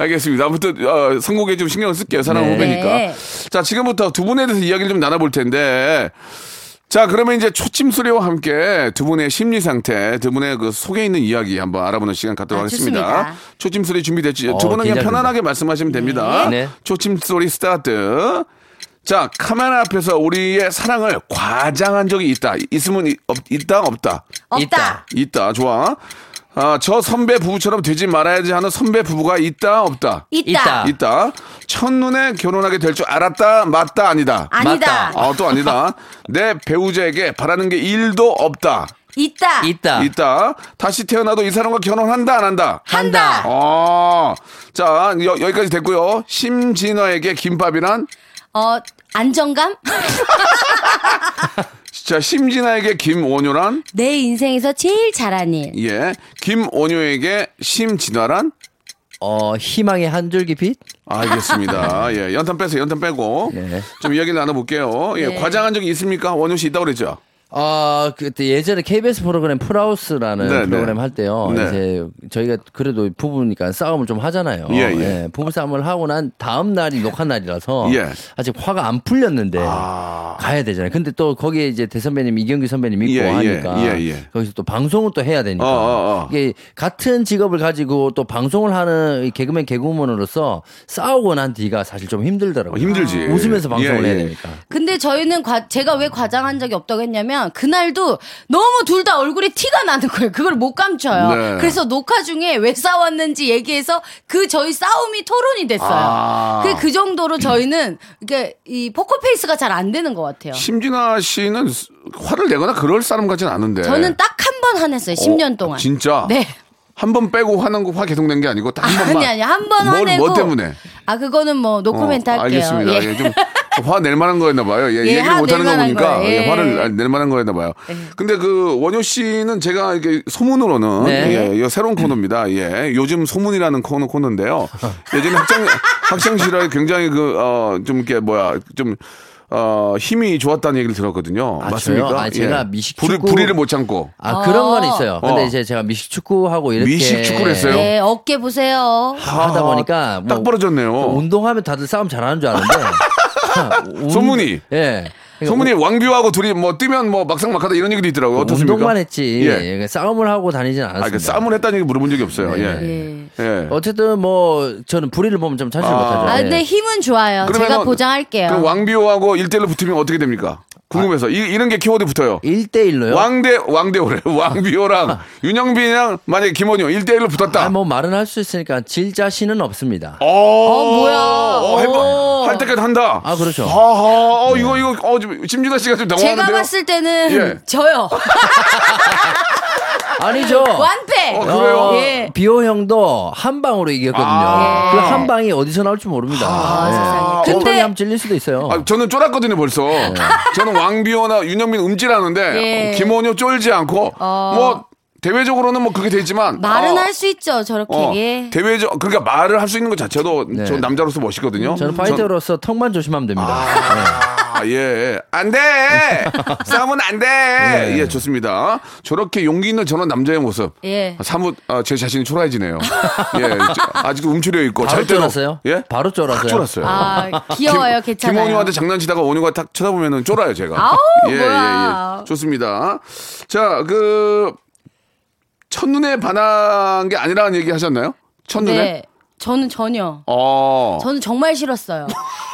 Speaker 3: 알겠습니다. 아무튼 어, 선곡에 좀 신경 을 쓸게요. 사랑
Speaker 9: 네.
Speaker 3: 후배니까.
Speaker 8: 네.
Speaker 3: 자 지금부터 두 분에 대해서 이야기를 좀 나눠볼 텐데. 자 그러면 이제 초침 소리와 함께 두 분의 심리 상태, 두 분의 그 속에 있는 이야기 한번 알아보는 시간 갖도록
Speaker 8: 아,
Speaker 3: 하겠습니다.
Speaker 8: 좋습니다.
Speaker 3: 초침 소리 준비됐지?
Speaker 9: 어,
Speaker 3: 두 분은 그냥
Speaker 9: 긴장된다.
Speaker 3: 편안하게 말씀하시면 됩니다.
Speaker 9: 네.
Speaker 3: 초침 소리 스타트. 자 카메라 앞에서 우리의 사랑을 과장한 적이 있다. 있으면 이- 없, 있다 없다.
Speaker 8: 없다.
Speaker 9: 있다.
Speaker 3: 있다 좋아. 아 저 선배 부부처럼 되지 말아야지 하는 선배 부부가 있다 없다.
Speaker 8: 있다.
Speaker 9: 있다. 아.
Speaker 3: 있다. 첫눈에 결혼하게 될 줄 알았다, 맞다, 아니다.
Speaker 8: 아니다.
Speaker 9: 맞다.
Speaker 3: 아, 또 아니다. 내 배우자에게 바라는 게 1도 없다.
Speaker 8: 있다.
Speaker 9: 있다.
Speaker 3: 있다. 다시 태어나도 이 사람과 결혼한다, 안 아. 한다.
Speaker 8: 한다.
Speaker 3: 아, 자, 여, 기까지 됐고요. 심진화에게 김밥이란?
Speaker 8: 어, 안정감?
Speaker 3: 자, 심진화에게 김원효란?
Speaker 8: 내 인생에서 제일 잘한 일.
Speaker 3: 예. 김원효에게 심진화란?
Speaker 9: 어, 희망의 한 줄기 빛?
Speaker 3: 알겠습니다. 예. 연탄 빼세요, 연탄 빼고.
Speaker 9: 네.
Speaker 3: 좀 이야기를 나눠볼게요. 예.
Speaker 8: 네.
Speaker 3: 과장한 적이 있습니까? 원효 씨 있다고 그랬죠?
Speaker 9: 아 그때 예전에 KBS 프로그램 풀하우스라는
Speaker 3: 네,
Speaker 9: 프로그램
Speaker 3: 네.
Speaker 9: 할 때요.
Speaker 3: 네.
Speaker 9: 이제 저희가 그래도 부부니까 싸움을 좀 하잖아요.
Speaker 3: 예, 예.
Speaker 9: 부부 싸움을 하고 난 다음 날이 녹화 날이라서
Speaker 3: 예.
Speaker 9: 아직 화가 안 풀렸는데 가야 되잖아요. 근데 또 거기에 이제 대선배님 이경규 선배님 있고
Speaker 3: 예, 예,
Speaker 9: 하니까
Speaker 3: 예, 예.
Speaker 9: 거기서 또 방송을 또 해야 되니까
Speaker 3: 어, 어, 어.
Speaker 9: 이게 같은 직업을 가지고 또 방송을 하는 이 개그맨 개그우먼으로서 싸우고 난 뒤가 사실 좀 힘들더라고요.
Speaker 3: 어, 힘들지.
Speaker 9: 웃으면서 방송을
Speaker 3: 예,
Speaker 9: 해야
Speaker 3: 예.
Speaker 9: 되니까.
Speaker 8: 근데 저희는 과- 제가 왜 과장한 적이 없다고 했냐면 그날도 너무 둘 다 얼굴에 티가 나는 거예요. 그걸 못 감춰요.
Speaker 3: 네.
Speaker 8: 그래서 녹화 중에 왜 싸웠는지 얘기해서 그 저희 싸움이 토론이 됐어요.
Speaker 3: 아.
Speaker 8: 그, 그 정도로 저희는 이게 이 포커페이스가 잘 안 되는 것 같아요.
Speaker 3: 심진아 씨는 스- 화를 내거나 그럴 사람 같진 않은데.
Speaker 8: 저는 딱 한 번 화냈어요. 10년
Speaker 3: 어,
Speaker 8: 동안.
Speaker 3: 진짜?
Speaker 8: 네.
Speaker 3: 한 번 빼고 화난 거 화 계속 낸 게 아니고 딱 한 번만.
Speaker 8: 아니 아니 한 번
Speaker 3: 뭘,
Speaker 8: 화내고
Speaker 3: 뭐 때문에?
Speaker 8: 아 그거는 뭐
Speaker 3: 어,
Speaker 8: 노코멘트 할게요.
Speaker 3: 알겠습니다.
Speaker 8: 예.
Speaker 3: 예, 좀 화낼 만한 거였나 봐요. 예,
Speaker 8: 예,
Speaker 3: 얘기를
Speaker 8: 화낼
Speaker 3: 못 하는 거
Speaker 8: 만한
Speaker 3: 보니까
Speaker 8: 거예요. 예.
Speaker 3: 예, 화를 낼 만한 거였나 봐요. 근데 그 원효 씨는 제가 이렇게 소문으로는
Speaker 9: 네.
Speaker 3: 예, 예, 새로운 코너입니다. 예. 요즘 소문이라는 코너 코너인데요. 예전에 학창 학창 시절에 굉장히 그어좀 이렇게 뭐야 좀 어, 힘이 좋았다는 얘기를 들었거든요.
Speaker 9: 아,
Speaker 3: 맞습니까? 예.
Speaker 9: 저요? 아, 제가 미식축구-
Speaker 3: 불이, 불의를 못 참고.
Speaker 9: 아 그런 건 있어요. 근데
Speaker 3: 어.
Speaker 9: 이제 제가 미식축구하고 이렇게 예,
Speaker 3: 미식축구를 했어요? 아,
Speaker 8: 네, 어깨 보세요.
Speaker 9: 하다 보니까 뭐
Speaker 3: 딱 벌어졌네요.
Speaker 9: 그 운동하면 다들 싸움 잘하는 줄 아는데 운-
Speaker 3: 소문이.
Speaker 9: 예. 그러니까
Speaker 3: 소문이 왕비하고 둘이 뭐 뛰면 뭐 막상막하다 이런 얘기도 있더라고요.
Speaker 9: 운-
Speaker 3: 어떻습니까?
Speaker 9: 운동만 했지
Speaker 3: 예.
Speaker 9: 예, 싸움을 하고 다니진
Speaker 3: 아, 그
Speaker 9: 않았습니다. 네.
Speaker 3: 싸움을 했다는 얘기 물어본 적이 없어요.
Speaker 8: 예.
Speaker 3: 예. 예.
Speaker 9: 어쨌든 뭐 저는 불의를 보면 좀 참지
Speaker 3: 아.
Speaker 9: 못하죠.
Speaker 8: 아
Speaker 9: 예.
Speaker 8: 근데 힘은 좋아요.
Speaker 3: 그러면은
Speaker 8: 제가 보장할게요.
Speaker 3: 그럼 왕비호하고 일대일로 붙으면 어떻게 됩니까? 궁금해서. 이, 이런 게 키워드 붙어요.
Speaker 9: 1대1로요?
Speaker 3: 왕대, 왕대호래. 왕비호랑 윤영빈이랑 만약에 김원효 일대일로 붙었다.
Speaker 9: 아, 뭐 말은 할 수 있으니까 질 자신은 없습니다.
Speaker 3: 어,
Speaker 8: 뭐야.
Speaker 3: 어, 해봐.
Speaker 8: 어.
Speaker 3: 할 때까지 한다.
Speaker 9: 아, 그렇죠.
Speaker 3: 하하, 어, 이거, 이거, 어, 지금 심진아 씨가 좀 당황하는데요.
Speaker 8: 제가 봤을 때는
Speaker 3: 예.
Speaker 8: 저요.
Speaker 9: 아니죠.
Speaker 8: 완패.
Speaker 3: 어, 그래요?
Speaker 9: 어,
Speaker 8: 그 예.
Speaker 9: 비호 형도 한 방으로 이겼거든요.
Speaker 3: 아.
Speaker 9: 그 한 방이 어디서 나올지 모릅니다.
Speaker 3: 아,
Speaker 9: 아,
Speaker 8: 세상에.
Speaker 9: 근데
Speaker 8: 근데-
Speaker 9: 하면 찔릴 수도 있어요.
Speaker 3: 아, 저는 쫄았거든요, 벌써.
Speaker 9: 네.
Speaker 3: 저는 왕비호나 윤영민 음질하는데,
Speaker 8: 예.
Speaker 3: 김원효 쫄지 않고,
Speaker 9: 어.
Speaker 3: 뭐, 대외적으로는 뭐 그게 되지만.
Speaker 8: 말은
Speaker 3: 어,
Speaker 8: 할 수 있죠. 저렇게.
Speaker 3: 어,
Speaker 8: 예.
Speaker 3: 대외적 그러니까 말을 할 수 있는 것 자체도
Speaker 9: 네.
Speaker 3: 전 남자로서 멋있거든요.
Speaker 9: 저는 파이터로서 턱만 조심하면 됩니다.
Speaker 3: 음,
Speaker 9: 네.
Speaker 3: 아, 예. 안 돼! 싸움은 안 돼!
Speaker 9: 네.
Speaker 3: 예, 좋습니다. 저렇게 용기 있는 저런 남자의 모습.
Speaker 8: 예.
Speaker 3: 사뭇, 아, 제 자신이 초라해지네요. 예. 저- 아직도 움츠려 있고.
Speaker 9: 바로
Speaker 3: 잘 때는-
Speaker 9: 쫄았어요?
Speaker 3: 예?
Speaker 9: 바로 쫄았어요?
Speaker 3: 확 쫄았어요.
Speaker 8: 아, 귀여워요. 괜찮아요.
Speaker 3: 김원효한테 장난치다가 원효가 탁 쳐다보면은 쫄아요, 제가.
Speaker 8: 아우,
Speaker 3: 예,
Speaker 8: 뭐야.
Speaker 3: 예, 예. 좋습니다. 자, 그, 첫눈에 반한 게 아니라는 얘기 하셨나요? 첫눈에?
Speaker 8: 네. 저는 전혀.
Speaker 3: 어.
Speaker 8: 저는 정말 싫었어요.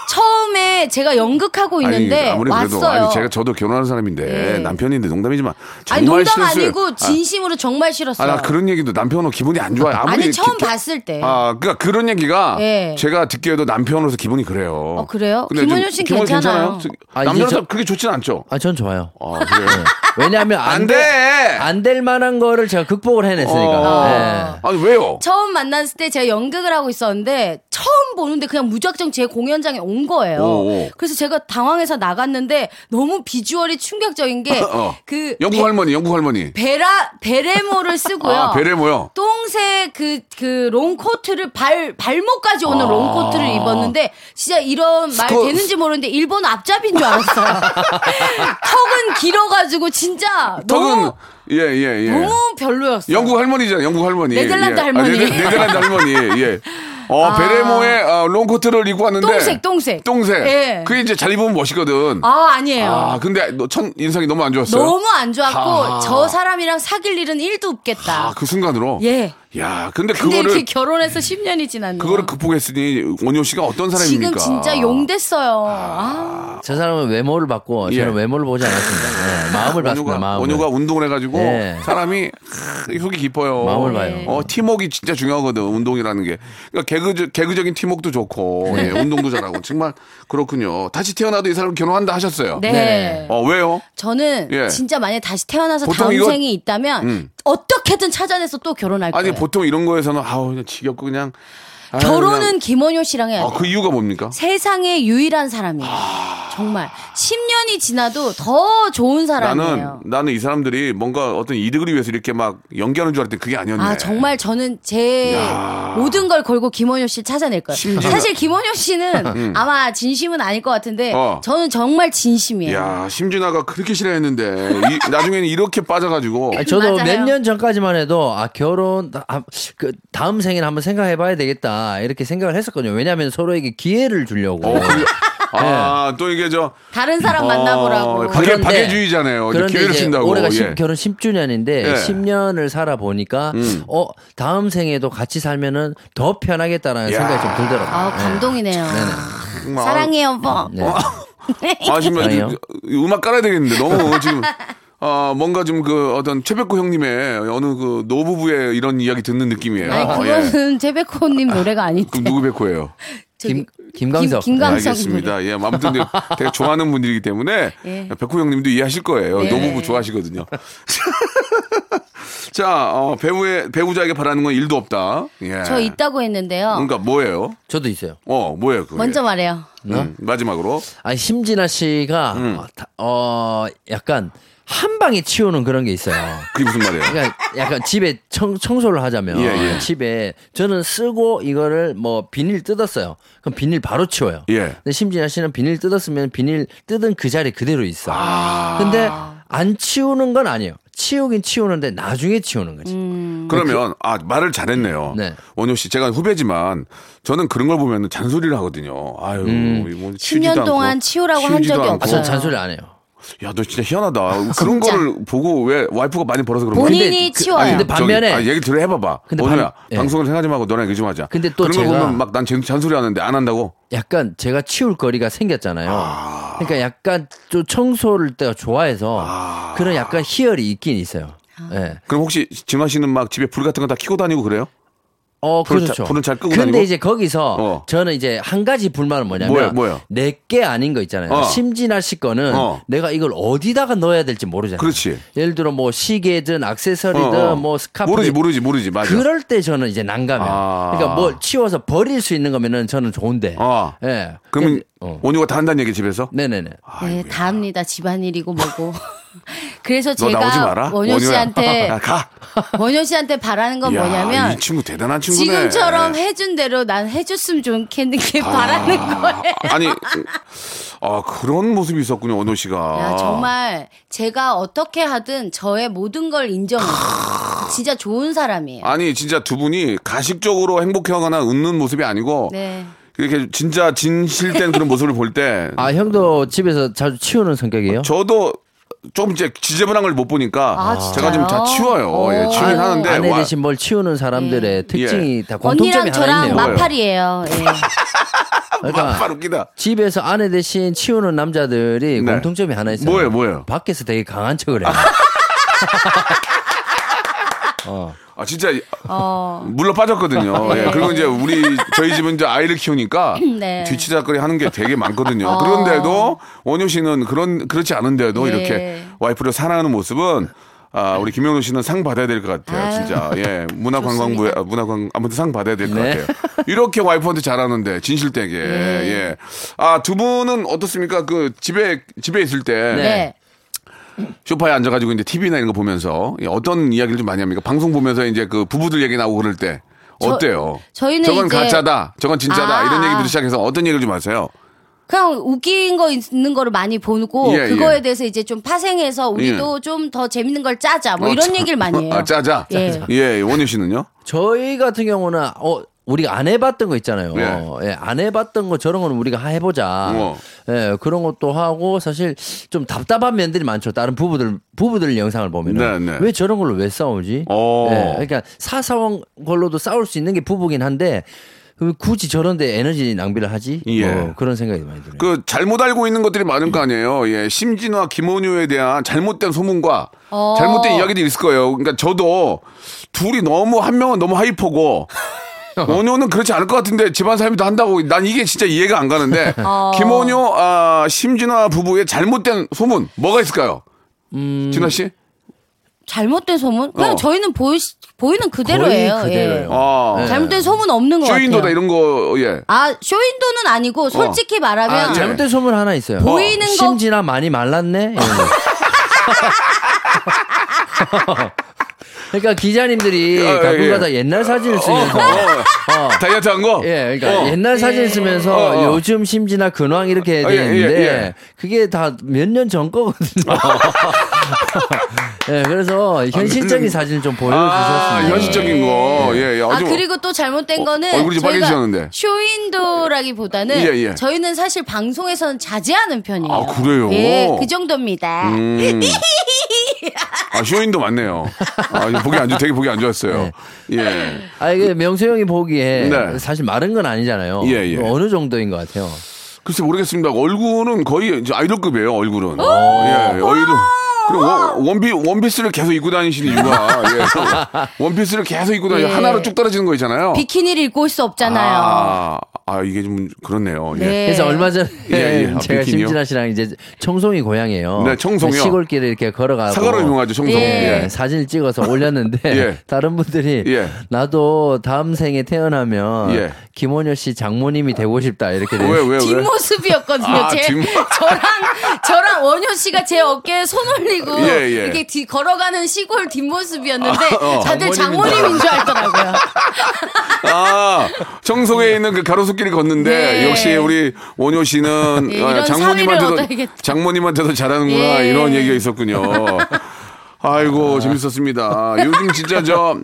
Speaker 8: 처음에 제가 연극하고 있는데
Speaker 3: 아니, 아무리
Speaker 8: 왔어요.
Speaker 3: 그래도 아니, 제가 저도 결혼하는 사람인데
Speaker 8: 예.
Speaker 3: 남편인데 농담이지만 정말
Speaker 8: 아니, 농담
Speaker 3: 싫었어요.
Speaker 8: 아니고 진심으로 정말
Speaker 3: 아,
Speaker 8: 싫었어요.
Speaker 3: 나 그런 얘기도 남편으로 기분이 안 좋아요. 아무리
Speaker 8: 아니, 처음
Speaker 3: 기-
Speaker 8: 봤을 때.
Speaker 3: 아, 그러니까 그런 얘기가
Speaker 8: 예.
Speaker 3: 제가 듣기에도 남편으로서 기분이 그래요.
Speaker 8: 어, 그래요?
Speaker 3: 근데 좀-
Speaker 8: 김원효 씨는
Speaker 3: 김원효
Speaker 8: 괜찮아요.
Speaker 9: 아, 이제
Speaker 3: 남편으로서
Speaker 9: 저-
Speaker 3: 그게 좋진 않죠.
Speaker 9: 아, 전 좋아요. 네.
Speaker 3: 아, 그래요?
Speaker 9: 왜냐하면
Speaker 3: 안
Speaker 9: 안
Speaker 3: 돼!
Speaker 9: 될 안 될 만한 거를 제가 극복을 해냈으니까.
Speaker 3: 어.
Speaker 9: 예.
Speaker 3: 아니, 왜요?
Speaker 8: 처음 만났을 때 제가 연극을 하고 있었는데 처음 보는데 그냥 무작정 제 공연장에 온 거예요.
Speaker 3: 오, 오.
Speaker 8: 그래서 제가 당황해서 나갔는데 너무 비주얼이 충격적인
Speaker 3: 어.
Speaker 8: 게 그
Speaker 3: 영국 할머니, 영국 할머니.
Speaker 8: 베라 베레모를 쓰고요.
Speaker 3: 아, 베레모요?
Speaker 8: 똥색 그그 롱코트를 발 발목까지 오는 롱코트를 입었는데 진짜 이런 말
Speaker 3: 아. 스코-
Speaker 8: 되는지 모르는데 일본 앞잡인 줄 알았어요. 턱은 길어가지고 진짜
Speaker 3: 턱은,
Speaker 8: 너무
Speaker 3: 예, 예, 예.
Speaker 8: 너무 별로였어요.
Speaker 3: 영국 할머니잖아요, 영국 할머니.
Speaker 8: 네덜란드
Speaker 3: 예.
Speaker 8: 할머니. 아.
Speaker 3: 아, 네덜- 네덜란드 할머니, 예. 어, 베레모의 어, 롱코트를 입고 왔는데.
Speaker 8: 똥색, 똥색.
Speaker 3: 똥색.
Speaker 8: 예.
Speaker 3: 그게 이제 잘 입으면 멋있거든.
Speaker 8: 아 아니에요.
Speaker 3: 아, 근데 너 첫 인상이 너무 안 좋았어요.
Speaker 8: 너무 안 좋았고
Speaker 3: 아.
Speaker 8: 저 사람이랑 사귈 일은 일도 없겠다.
Speaker 3: 아, 그 순간으로.
Speaker 8: 예.
Speaker 3: 야, 근데,
Speaker 8: 근데
Speaker 3: 그거를
Speaker 8: 이렇게 결혼해서 10년이 지났네요.
Speaker 3: 그거를 극복했으니 원효 씨가 어떤 사람입니까?
Speaker 8: 지금 진짜 용됐어요. 아.
Speaker 9: 저 사람은 외모를 봤고
Speaker 3: 예.
Speaker 9: 저는 외모를 보지 않았습니다. 예, 마음을 봤습니다.
Speaker 3: 원효가,
Speaker 9: 마음을.
Speaker 3: 원효가 운동을 해가지고
Speaker 9: 예.
Speaker 3: 사람이 크, 속이 깊어요.
Speaker 9: 마음을 봐요.
Speaker 3: 어, 팀워크 진짜 중요하거든 운동이라는 게. 그러니까 개그 개그적인 팀워크도 좋고
Speaker 9: 네.
Speaker 3: 예, 운동도 잘하고 정말 그렇군요. 다시 태어나도 이 사람 결혼한다 하셨어요.
Speaker 8: 네.
Speaker 9: 네네.
Speaker 3: 어 왜요?
Speaker 8: 저는
Speaker 3: 예.
Speaker 8: 진짜 만약에 다시 태어나서
Speaker 3: 보통
Speaker 8: 다음
Speaker 3: 이거- 음.
Speaker 8: 생이 있다면 어떻게든 찾아내서 또 결혼할
Speaker 3: 아니
Speaker 8: 거예요.
Speaker 3: 보통 이런 거에서는 아우 그냥 지겹고 그냥
Speaker 8: 결혼은 김원효 씨랑 해야 돼.
Speaker 3: 아, 그 아. 이유가 뭡니까?
Speaker 8: 세상에 유일한 사람이에요. 정말 10년이 지나도 더 좋은
Speaker 3: 나는
Speaker 8: 사람이에요.
Speaker 3: 나는 이 사람들이 뭔가 어떤 이득을 위해서 이렇게 막 연기하는 줄 알았더니 그게 아니었네.
Speaker 8: 아 정말 저는 제
Speaker 3: 야.
Speaker 8: 모든 걸 걸고 김원효 씨를 찾아낼 거예요.
Speaker 3: 심지어- 음.
Speaker 8: 사실 김원효 씨는 아마 진심은 아닐 것 같은데
Speaker 3: 어.
Speaker 8: 저는 정말 진심이에요.
Speaker 3: 야, 심준아가 그렇게 싫어했는데 이- 나중에는 이렇게 빠져가지고
Speaker 9: 아니, 예. 저도
Speaker 8: 맞아요.
Speaker 9: 몇 년 전까지만 해도 아 결혼 아, 그 다음 생일 한번 생각해봐야 되겠다 이렇게 생각을 했었거든요. 왜냐하면 서로에게 기회를 주려고.
Speaker 3: 어, 그게- 아, 또 이게 저
Speaker 8: 다른 사람 만나보라고.
Speaker 3: 어, 박해-
Speaker 9: 그런데-
Speaker 3: 박해주의잖아요. 이제
Speaker 9: 그런데
Speaker 3: 기회를
Speaker 9: 이제
Speaker 3: 준다고.
Speaker 9: 올해가
Speaker 3: 예.
Speaker 9: 십- 결혼 10주년인데
Speaker 3: 예. 음.
Speaker 9: 10년을 살아보니까 어 다음 생에도 같이 살면은 더 편하겠다라는
Speaker 3: 야.
Speaker 9: 생각이 좀 들더라고요.
Speaker 8: 아
Speaker 9: 예.
Speaker 8: 감동이네요.
Speaker 3: 정말.
Speaker 8: 사랑해요, 뭐.
Speaker 9: 네.
Speaker 3: 아, 지금
Speaker 9: 아니요.
Speaker 3: 이- 이 그, 음악 깔아야 되겠는데 너무 지금 아, 뭔가 좀 그 어떤 최백호 형님의 어느 그 노부부의 이런 이야기 듣는 느낌이에요.
Speaker 8: 아니
Speaker 3: 어, 예.
Speaker 8: 그거는 제베코님 노래가 아닌데.
Speaker 3: 그럼 누구 백호예요?
Speaker 9: 김
Speaker 8: 저기
Speaker 9: 김광석.
Speaker 8: 김- 김광- 깜짝이
Speaker 3: 알겠습니다. 예, 아무튼 이제 되게 좋아하는 분들이기 때문에
Speaker 8: 예.
Speaker 3: 백호 형님도 이해하실 거예요.
Speaker 8: 네.
Speaker 3: 노부부 좋아하시거든요. 자, 어, 배우의 배우자에게 바라는 건 일도 없다. 예.
Speaker 8: 저 있다고 했는데요.
Speaker 3: 그러니까 뭐예요?
Speaker 9: 저도 있어요.
Speaker 3: 어, 뭐예요? 그게?
Speaker 8: 먼저 말해요.
Speaker 3: 음, 마지막으로
Speaker 9: 아니 심진아 씨가
Speaker 3: 음.
Speaker 9: 어, 다- 어 약간 한 방에 치우는 그런 게 있어요.
Speaker 3: 그게 무슨 말이에요?
Speaker 9: 그러니까 약간 집에 청, 청소를 하자면
Speaker 3: 예, 예.
Speaker 9: 집에 저는 쓰고 이거를 뭐 비닐 뜯었어요. 그럼 비닐 바로 치워요.
Speaker 3: 예.
Speaker 9: 근데 심진아 씨는 비닐 뜯었으면 비닐 뜯은 그 자리 그대로
Speaker 3: 아,
Speaker 9: 있어.
Speaker 8: 아.
Speaker 9: 근데 안 치우는 건 아니에요. 치우긴 치우는데 나중에 치우는 거지.
Speaker 8: 음.
Speaker 3: 그러면 아 말을 잘했네요.
Speaker 9: 네.
Speaker 3: 원효 씨 제가 후배지만 저는 그런 걸 보면 잔소리를 하거든요. 아유, 뭐
Speaker 8: 10년 동안 치우라고 한 적이
Speaker 9: 아,
Speaker 8: 없어요.
Speaker 9: 전 잔소리 안 해요.
Speaker 3: 야, 너 진짜 희한하다. 그런
Speaker 8: 진짜.
Speaker 3: 거를 보고 왜 와이프가 많이 벌어서 그런 거야?
Speaker 8: 본인이
Speaker 9: 근데 그-
Speaker 8: 치워요.
Speaker 9: 아니, 근데 반면에-
Speaker 3: 저기, 아, 얘기 들어 해봐봐.
Speaker 9: 근데
Speaker 3: 오늘
Speaker 9: 반- 예.
Speaker 3: 방송을 생각하지 말고 너랑 얘기 좀 하자.
Speaker 9: 근데 또
Speaker 3: 그런 거
Speaker 9: 제가-
Speaker 3: 보면 막 난 잔소리 하는데 안 한다고.
Speaker 9: 약간 제가 치울 거리가 생겼잖아요. 그러니까 약간 좀 청소를 내가 좋아해서 그런 약간 희열이 있긴 있어요.
Speaker 8: 아.
Speaker 9: 예.
Speaker 3: 그럼 혹시 진화 씨는 막 집에 불 같은 거 다 켜고 다니고 그래요?
Speaker 9: 어,
Speaker 3: 불을 자-
Speaker 9: 그렇죠.
Speaker 3: 불은 잘 끄고
Speaker 9: 근데
Speaker 3: 다니고?
Speaker 9: 이제 거기서
Speaker 3: 어.
Speaker 9: 저는 이제 한 가지 불만은
Speaker 3: 뭐예요,
Speaker 9: 뭐냐면
Speaker 3: 뭐예요?
Speaker 9: 내게 아닌 거 있잖아요.
Speaker 3: 어.
Speaker 9: 심진아 씨 거는
Speaker 3: 어.
Speaker 9: 내가 이걸 어디다가 넣어야 될지 모르잖아요.
Speaker 3: 그렇지.
Speaker 9: 예를 들어 뭐 시계든 액세서리든
Speaker 3: 어, 어.
Speaker 9: 뭐 스카프
Speaker 3: 모르지, 모르지, 모르지. 예, 맞아.
Speaker 9: 그럴 때 저는 이제 난감해요.
Speaker 3: 아.
Speaker 9: 그러니까 뭘 치워서 버릴 수 있는 거면은 저는 좋은데.
Speaker 3: 어.
Speaker 9: 예.
Speaker 3: 그러면
Speaker 9: 근데- 어.
Speaker 3: 원효가 다 한다는 얘기 집에서?
Speaker 9: 네네네.
Speaker 3: 아, 예.
Speaker 8: 네, 다 합니다. 집안일이고 뭐고. 그래서
Speaker 3: 너 나오지
Speaker 8: 제가
Speaker 3: 마라.
Speaker 8: 원효
Speaker 3: 원효야.
Speaker 8: 씨한테
Speaker 3: 야, 가.
Speaker 8: 원효 씨한테 바라는 건
Speaker 3: 야,
Speaker 8: 뭐냐면
Speaker 3: 이 친구 대단한 친구네. 아.
Speaker 8: 지금처럼 해준 대로 난 해줬으면 좋겠는 게 바라는 거예요.
Speaker 3: 아니, 아 그런 모습이 있었군요, 원효 씨가.
Speaker 8: 야, 정말 제가 어떻게 하든 저의 모든 걸 인정해요. 진짜 좋은 사람이에요.
Speaker 3: 아니 진짜 두 분이 가식적으로 행복해하거나 웃는 모습이 아니고
Speaker 8: 네.
Speaker 3: 이렇게 진짜 진실된 그런 모습을 볼 때
Speaker 9: 아 형도 집에서 자주 치우는
Speaker 3: 아,
Speaker 9: 성격이에요?
Speaker 3: 저도 조금 이제 지저분한 걸 못 보니까
Speaker 8: 아, 진짜요? 어,
Speaker 3: 제가 좀 다 치워요. 예,
Speaker 8: 오.
Speaker 3: 치우긴 하는데
Speaker 9: 아내
Speaker 3: 와, 예.
Speaker 9: 대신 뭘 치우는 사람들의 특징이 다 공통점이
Speaker 8: 예. 언니랑
Speaker 9: 하나
Speaker 8: 저랑
Speaker 9: 있네요.
Speaker 8: 마팔이에요. 예.
Speaker 9: 그러니까
Speaker 3: 빡빡 웃기다.
Speaker 9: 집에서 아내 대신 치우는 남자들이
Speaker 3: 네.
Speaker 9: 공통점이 하나 있어요.
Speaker 3: 뭐예요, 뭐예요?
Speaker 9: 밖에서 되게 강한 척을 해요.
Speaker 3: 아 진짜
Speaker 8: 어.
Speaker 3: 물러 빠졌거든요. 예, 그리고 이제 우리 저희 집은 이제 아이를 키우니까
Speaker 8: 네. 어.
Speaker 3: 뒤치다거리 하는 게 되게 많거든요. 그런데도 원효 씨는 그런 그렇지 않은데도
Speaker 8: 예. 네.
Speaker 3: 이렇게 와이프를 사랑하는 모습은 아 우리 김영우 씨는 상 받아야 될 것 같아요.
Speaker 8: 아유.
Speaker 3: 진짜 예 문화관광부에 아, 문화관 아무튼 상 받아야 될 것
Speaker 9: 네.
Speaker 3: 같아요. 이렇게 와이프한테 잘하는데 진실되게
Speaker 8: 네.
Speaker 3: 예. 아 두 분은 어떻습니까? 그 집에 집에 있을 때
Speaker 8: 네.
Speaker 3: 소파에 앉아가지고 이제 TV나 이런 거 보면서 예, 어떤 이야기를 좀 많이 합니까? 방송 보면서 이제 그 부부들 얘기 나오고 그럴 때 어때요?
Speaker 8: 저희는
Speaker 3: 저건
Speaker 8: 이제-
Speaker 3: 가짜다, 저건 진짜다
Speaker 8: 아,
Speaker 3: 이런
Speaker 8: 아.
Speaker 3: 얘기부터 시작해서 어떤 얘기를 좀 하세요?
Speaker 8: 그냥 웃긴 거 있는 거를 많이 보고
Speaker 3: 예,
Speaker 8: 그거에
Speaker 3: 예.
Speaker 8: 대해서 이제 좀 파생해서 우리도 좀 더 재밌는 걸 짜자 뭐
Speaker 3: 어,
Speaker 8: 이런
Speaker 3: 짜-
Speaker 8: 얘기를 많이 해요.
Speaker 3: 아 짜자.
Speaker 8: 예.
Speaker 3: 예, 원효 씨는요?
Speaker 9: 저희 같은 경우는 어 우리가 안 해봤던 거 있잖아요.
Speaker 3: 네.
Speaker 9: 예, 안 해봤던 거 저런 거는 우리가 해보자.
Speaker 3: 어.
Speaker 9: 예, 그런 것도 하고 사실 좀 답답한 면들이 많죠. 다른 부부들 부부들 영상을 보면
Speaker 3: 네, 네.
Speaker 9: 왜 저런 걸로 왜 싸우지?
Speaker 3: 어.
Speaker 9: 예, 그러니까 사사원 걸로도 싸울 수 있는 게 부부긴 한데 왜 굳이 저런데 에너지 낭비를 하지?
Speaker 3: 예.
Speaker 9: 뭐 그런 생각이 많이 들어요.
Speaker 3: 그 잘못 알고 있는 것들이 많을 거 아니에요. 예, 심진화, 김원효에 대한 잘못된 소문과
Speaker 8: 어.
Speaker 3: 잘못된 이야기들이 있을 거예요. 그러니까 저도 둘이 너무 한 명은 너무 하이퍼고 원효는 그렇지 않을 것 같은데 집안 사람이 다 한다고 난 이게 진짜 이해가 안 가는데
Speaker 8: 어.
Speaker 3: 김원효,
Speaker 9: 음.
Speaker 3: 아, 심진화 부부의 잘못된 소문 뭐가 있을까요? 진화 씨?
Speaker 8: 잘못된 소문? 그냥
Speaker 3: 어.
Speaker 8: 저희는 보이, 보이는 그대로예요.
Speaker 9: 거의 그대로예요.
Speaker 8: 예.
Speaker 3: 아.
Speaker 9: 네.
Speaker 8: 잘못된 소문 없는 것
Speaker 3: 쇼인도다
Speaker 8: 같아요.
Speaker 3: 이런 거 예.
Speaker 8: 아, 쇼인도는 아니고 솔직히 말하면
Speaker 3: 어. 아, 예.
Speaker 9: 잘못된 소문 하나 있어요.
Speaker 8: 보이는 거-
Speaker 9: 심지나 많이 말랐네. 이런 거. 그러니까 기자님들이
Speaker 3: 어,
Speaker 9: 가끔가다
Speaker 3: 예.
Speaker 9: 옛날 사진을 쓰면서
Speaker 3: 어.
Speaker 9: 어.
Speaker 3: 다이어트 한 거?
Speaker 9: 예, 그러니까
Speaker 3: 어.
Speaker 9: 옛날 사진을 쓰면서
Speaker 3: 어, 어.
Speaker 9: 요즘 심지나 근황 이렇게
Speaker 3: 아, 예, 예,
Speaker 9: 되는데
Speaker 3: 예.
Speaker 9: 그게 다 몇 년 전 거거든요. 예, 그래서 현실적인 사진을 좀
Speaker 3: 음. 아,
Speaker 9: 보여주셨습니다.
Speaker 3: 현실적인 거. 예, 예.
Speaker 8: 아
Speaker 3: 아주
Speaker 8: 그리고 또 잘못된
Speaker 3: 어,
Speaker 8: 거는
Speaker 3: 얼굴이 좀
Speaker 8: 저희가
Speaker 3: 빨개지셨는데.
Speaker 8: 쇼인도라기보다는
Speaker 3: 예, 예.
Speaker 8: 저희는 사실 방송에서는 자제하는 편이에요.
Speaker 3: 아, 그래요?
Speaker 8: 예, 그 정도입니다.
Speaker 3: 음. 아, 쇼인도 맞네요. 아, 이거 보기 안 좋, 되게 보기 안 좋았어요.
Speaker 8: 네.
Speaker 3: 예.
Speaker 9: 아 이게 명수 형이 보기에
Speaker 3: 네.
Speaker 9: 사실 마른 건 아니잖아요.
Speaker 3: 예, 예.
Speaker 9: 어느 정도인 것 같아요.
Speaker 3: 글쎄 모르겠습니다. 얼굴은 거의 이제 아이돌급이에요. 얼굴은. 예, 아이돌. 그리고 원, 원피 원피스를 계속 입고 다니시는 이유가 예. 원피스를 계속 입고 다니
Speaker 8: 예.
Speaker 3: 하나로 쭉 떨어지는 거 있잖아요.
Speaker 8: 비키니를 입고 올 수 없잖아요.
Speaker 3: 아, 아 이게 좀 그렇네요. 예.
Speaker 8: 네.
Speaker 9: 그래서 얼마 전에
Speaker 3: 예, 예. 아,
Speaker 9: 제가
Speaker 3: 비키니요?
Speaker 9: 심진아 씨랑 이제 청송이 고향이에요.
Speaker 3: 네, 청송이요.
Speaker 9: 시골길을 이렇게 걸어가고
Speaker 3: 사과로
Speaker 8: 네.
Speaker 3: 유명하죠, 청송.
Speaker 9: 예,
Speaker 3: 예.
Speaker 9: 사진을 찍어서 올렸는데
Speaker 3: 예.
Speaker 9: 다른 분들이
Speaker 3: 예.
Speaker 9: 나도 다음 생에 태어나면
Speaker 3: 예.
Speaker 9: 김원효 씨 장모님이 되고 싶다 이렇게
Speaker 3: 왜, 왜, 왜?
Speaker 8: 뒷모습이었거든요.
Speaker 3: 아,
Speaker 8: 제
Speaker 3: 뒷모-
Speaker 8: 저랑 저랑 원효 씨가 제 어깨에 손 올리고
Speaker 3: 예, 아, 어. 예.
Speaker 8: 이렇게 뒤- 걸어가는 시골 뒷모습이었는데 다들
Speaker 9: 장모님인
Speaker 8: 장모님인 줄 알더라고요.
Speaker 3: 아, 청송에 있는 그 가로수길을 걷는데
Speaker 8: 네.
Speaker 3: 역시 우리 원효 씨는
Speaker 8: 예,
Speaker 3: 아,
Speaker 8: 이런 사위를
Speaker 3: 장모님한테도
Speaker 8: 얻어야겠다.
Speaker 3: 장모님한테도 잘하는구나
Speaker 8: 예.
Speaker 3: 이런 얘기가 있었군요. 아이고 재밌었습니다. 요즘 진짜 저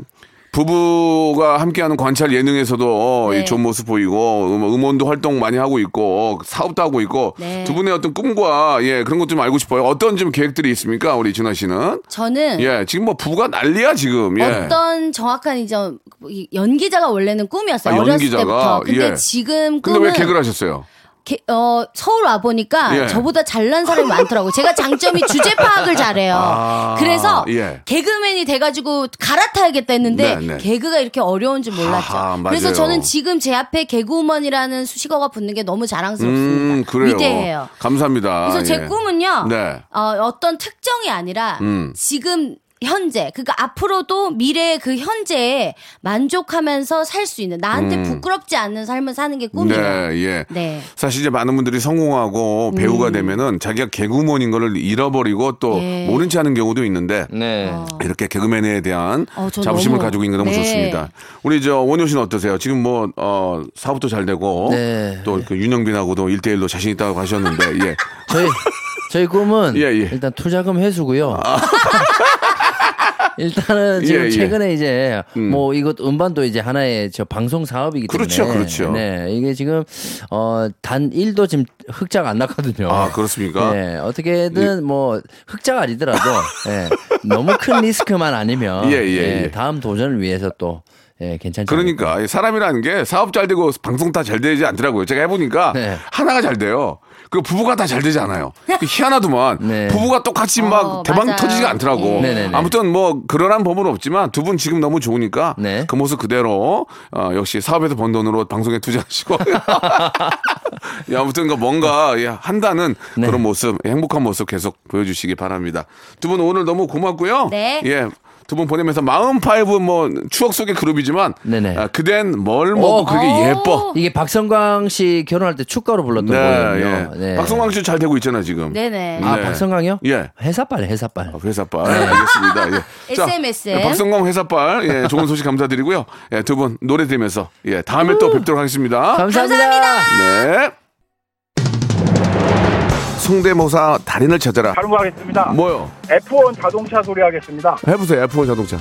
Speaker 3: 부부가 함께하는 관찰 예능에서도
Speaker 8: 네.
Speaker 3: 이 좋은 모습 보이고 음, 음원도 활동 많이 하고 있고 사업도 하고 있고
Speaker 8: 네.
Speaker 3: 두 분의 어떤 꿈과 예 그런 것 좀 알고 싶어요. 어떤 좀 계획들이 있습니까, 우리 진아 씨는?
Speaker 8: 저는
Speaker 3: 예 지금 뭐 부가 난리야 지금. 예.
Speaker 8: 네. 어떤 정확한 이제 이 연기자가 원래는 꿈이었어요.
Speaker 3: 아,
Speaker 8: 어렸을
Speaker 3: 연기자가?
Speaker 8: 때부터. 근데
Speaker 3: 예.
Speaker 8: 지금
Speaker 3: 근데
Speaker 8: 꿈은
Speaker 3: 왜 개그를 하셨어요?
Speaker 8: 게- 어, 서울 와 보니까
Speaker 3: 예.
Speaker 8: 저보다 잘난 사람이 많더라고요. 제가 장점이 주제 파악을 잘해요.
Speaker 3: 아,
Speaker 8: 그래서
Speaker 3: 예.
Speaker 8: 개그맨이 돼가지고 갈아타야겠다 했는데
Speaker 3: 네, 네.
Speaker 8: 개그가 이렇게 어려운 줄 몰랐죠.
Speaker 3: 아하, 맞아요.
Speaker 8: 그래서 저는 지금 제 앞에 개그우먼이라는 수식어가 붙는 게 너무 자랑스럽습니다.
Speaker 3: 음, 그래요.
Speaker 8: 위대해요.
Speaker 3: 감사합니다.
Speaker 8: 그래서 제
Speaker 3: 예.
Speaker 8: 꿈은요.
Speaker 3: 네.
Speaker 8: 어, 떤 특정이 아니라
Speaker 3: 음.
Speaker 8: 지금 현재 그러니까 앞으로도 미래의 그 현재에 만족하면서 살 수 있는 나한테 부끄럽지 않는 삶을 사는 게 꿈이에요.
Speaker 3: 음. 네, 예.
Speaker 8: 네. 음.
Speaker 3: 사실 이제 많은 분들이 성공하고 배우가 되면은 자기가 개그우먼인 거를 잃어버리고 또
Speaker 8: 예.
Speaker 3: 모른 채 하는 경우도 있는데
Speaker 9: 네.
Speaker 3: 이렇게 개그맨에 대한
Speaker 8: 어, 저
Speaker 3: 자부심을
Speaker 8: 너무-
Speaker 3: 가지고 있는 게 너무
Speaker 8: 네.
Speaker 3: 좋습니다. 우리 저 원효 씨는 어떠세요? 지금 뭐, 어, 사업도 잘 되고
Speaker 9: 네.
Speaker 3: 또 그 윤영빈하고도 일대일로 자신 있다고 하셨는데 예.
Speaker 9: 저희 저희 꿈은
Speaker 3: 예, 예.
Speaker 9: 일단 투자금 회수고요. 일단은 지금
Speaker 3: 예, 예.
Speaker 9: 최근에 이제 뭐 이것 음반도 이제 하나의 저 방송 사업이기 때문에
Speaker 3: 그렇죠, 그렇죠.
Speaker 9: 네 이게 지금 어단 1도 지금 흑자가 안 났거든요.
Speaker 3: 아, 그렇습니까?
Speaker 9: 네 어떻게든 뭐 흑자가 아니더라도 예, 너무 큰 리스크만 아니면
Speaker 3: 예, 예, 예.
Speaker 9: 다음 도전을 위해서 또 예, 괜찮죠.
Speaker 3: 그러니까 이 사람이라는 게 사업 잘 되고 방송 다 잘 되지 않더라고요. 제가 해보니까
Speaker 9: 네.
Speaker 3: 하나가 잘 돼요. 그 부부가 다 잘 되지 않아요. 그 희한하더만
Speaker 9: 네.
Speaker 3: 부부가 똑같이 막
Speaker 8: 어,
Speaker 3: 대박
Speaker 8: 맞아요.
Speaker 3: 터지지가 않더라고.
Speaker 9: 예. 네네네.
Speaker 3: 아무튼 뭐 그러한 법은 없지만 두 분 지금 너무 좋으니까
Speaker 9: 네.
Speaker 3: 그 모습 그대로 어, 역시 사업에서 번 돈으로 방송에 투자하시고 예, 아무튼 그 뭔가 예, 한다는
Speaker 9: 네.
Speaker 3: 그런 모습 행복한 모습 계속 보여주시기 바랍니다. 두 분 오늘 너무 고맙고요.
Speaker 8: 네.
Speaker 3: 예. 두 분 보내면서 마음 파이브 뭐 추억 속의 그룹이지만
Speaker 9: 네네.
Speaker 3: 아, 그댄 뭘 먹고
Speaker 9: 어,
Speaker 3: 그게
Speaker 8: 어.
Speaker 3: 예뻐.
Speaker 9: 이게 박성광 씨 결혼할 때 축가로 불렀던
Speaker 3: 네,
Speaker 9: 거거든요.
Speaker 3: 예. 박성광 씨 잘 되고 있잖아 지금.
Speaker 8: 네네.
Speaker 9: 아
Speaker 3: 네.
Speaker 9: 박성광이요?
Speaker 3: 예.
Speaker 9: 회사빨 회사빨.
Speaker 3: 회사빨 네, 알겠습니다. 예.
Speaker 8: SMSM.
Speaker 3: 자, 박성광 회사빨 예, 좋은 소식 감사드리고요. 예, 두 분 노래 들으면서 예, 다음에 또 뵙도록 하겠습니다.
Speaker 9: 감사합니다.
Speaker 3: 네. 성대모사 달인을 찾아라.
Speaker 4: 다른 거 하겠습니다.
Speaker 3: 뭐요?
Speaker 4: F1 자동차 소리 하겠습니다.
Speaker 3: 해보세요. F4 자동차.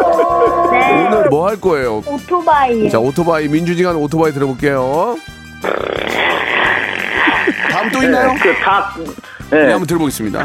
Speaker 3: 오늘 뭐 할 거예요?
Speaker 5: 오토바이.
Speaker 3: 자 오토바이 민준이가 하는 오토바이 들어볼게요. 다음 또 있나요?
Speaker 10: 그 닭,
Speaker 3: 네,
Speaker 10: 예,
Speaker 3: 한번 들어보겠습니다.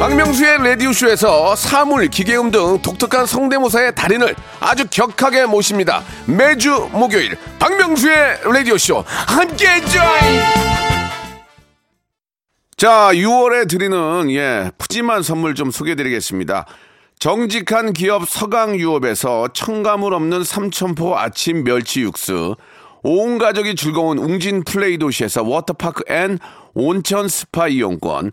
Speaker 3: 박명수의 라디오쇼에서 사물, 기계음 등 독특한 성대모사의 달인을 아주 격하게 모십니다. 매주 목요일 박명수의 라디오쇼 함께해 줘잉! 자, 6월에 드리는 예, 푸짐한 선물 좀 소개해 드리겠습니다. 정직한 기업 서강유업에서 청가물 없는 삼천포 아침 멸치 육수, 온 가족이 즐거운 웅진 플레이 도시에서 워터파크 앤 온천 스파 이용권,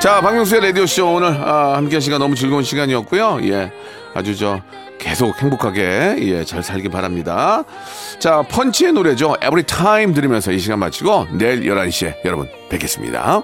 Speaker 3: 자, 박명수의 라디오쇼 오늘 아, 함께한 시간 너무 즐거운 시간이었고요. 예. 아주 저 계속 행복하게 예, 잘 살기 바랍니다. 자, 펀치의 노래죠. Every time 들으면서 이 시간 마치고 내일 11시에 여러분 뵙겠습니다.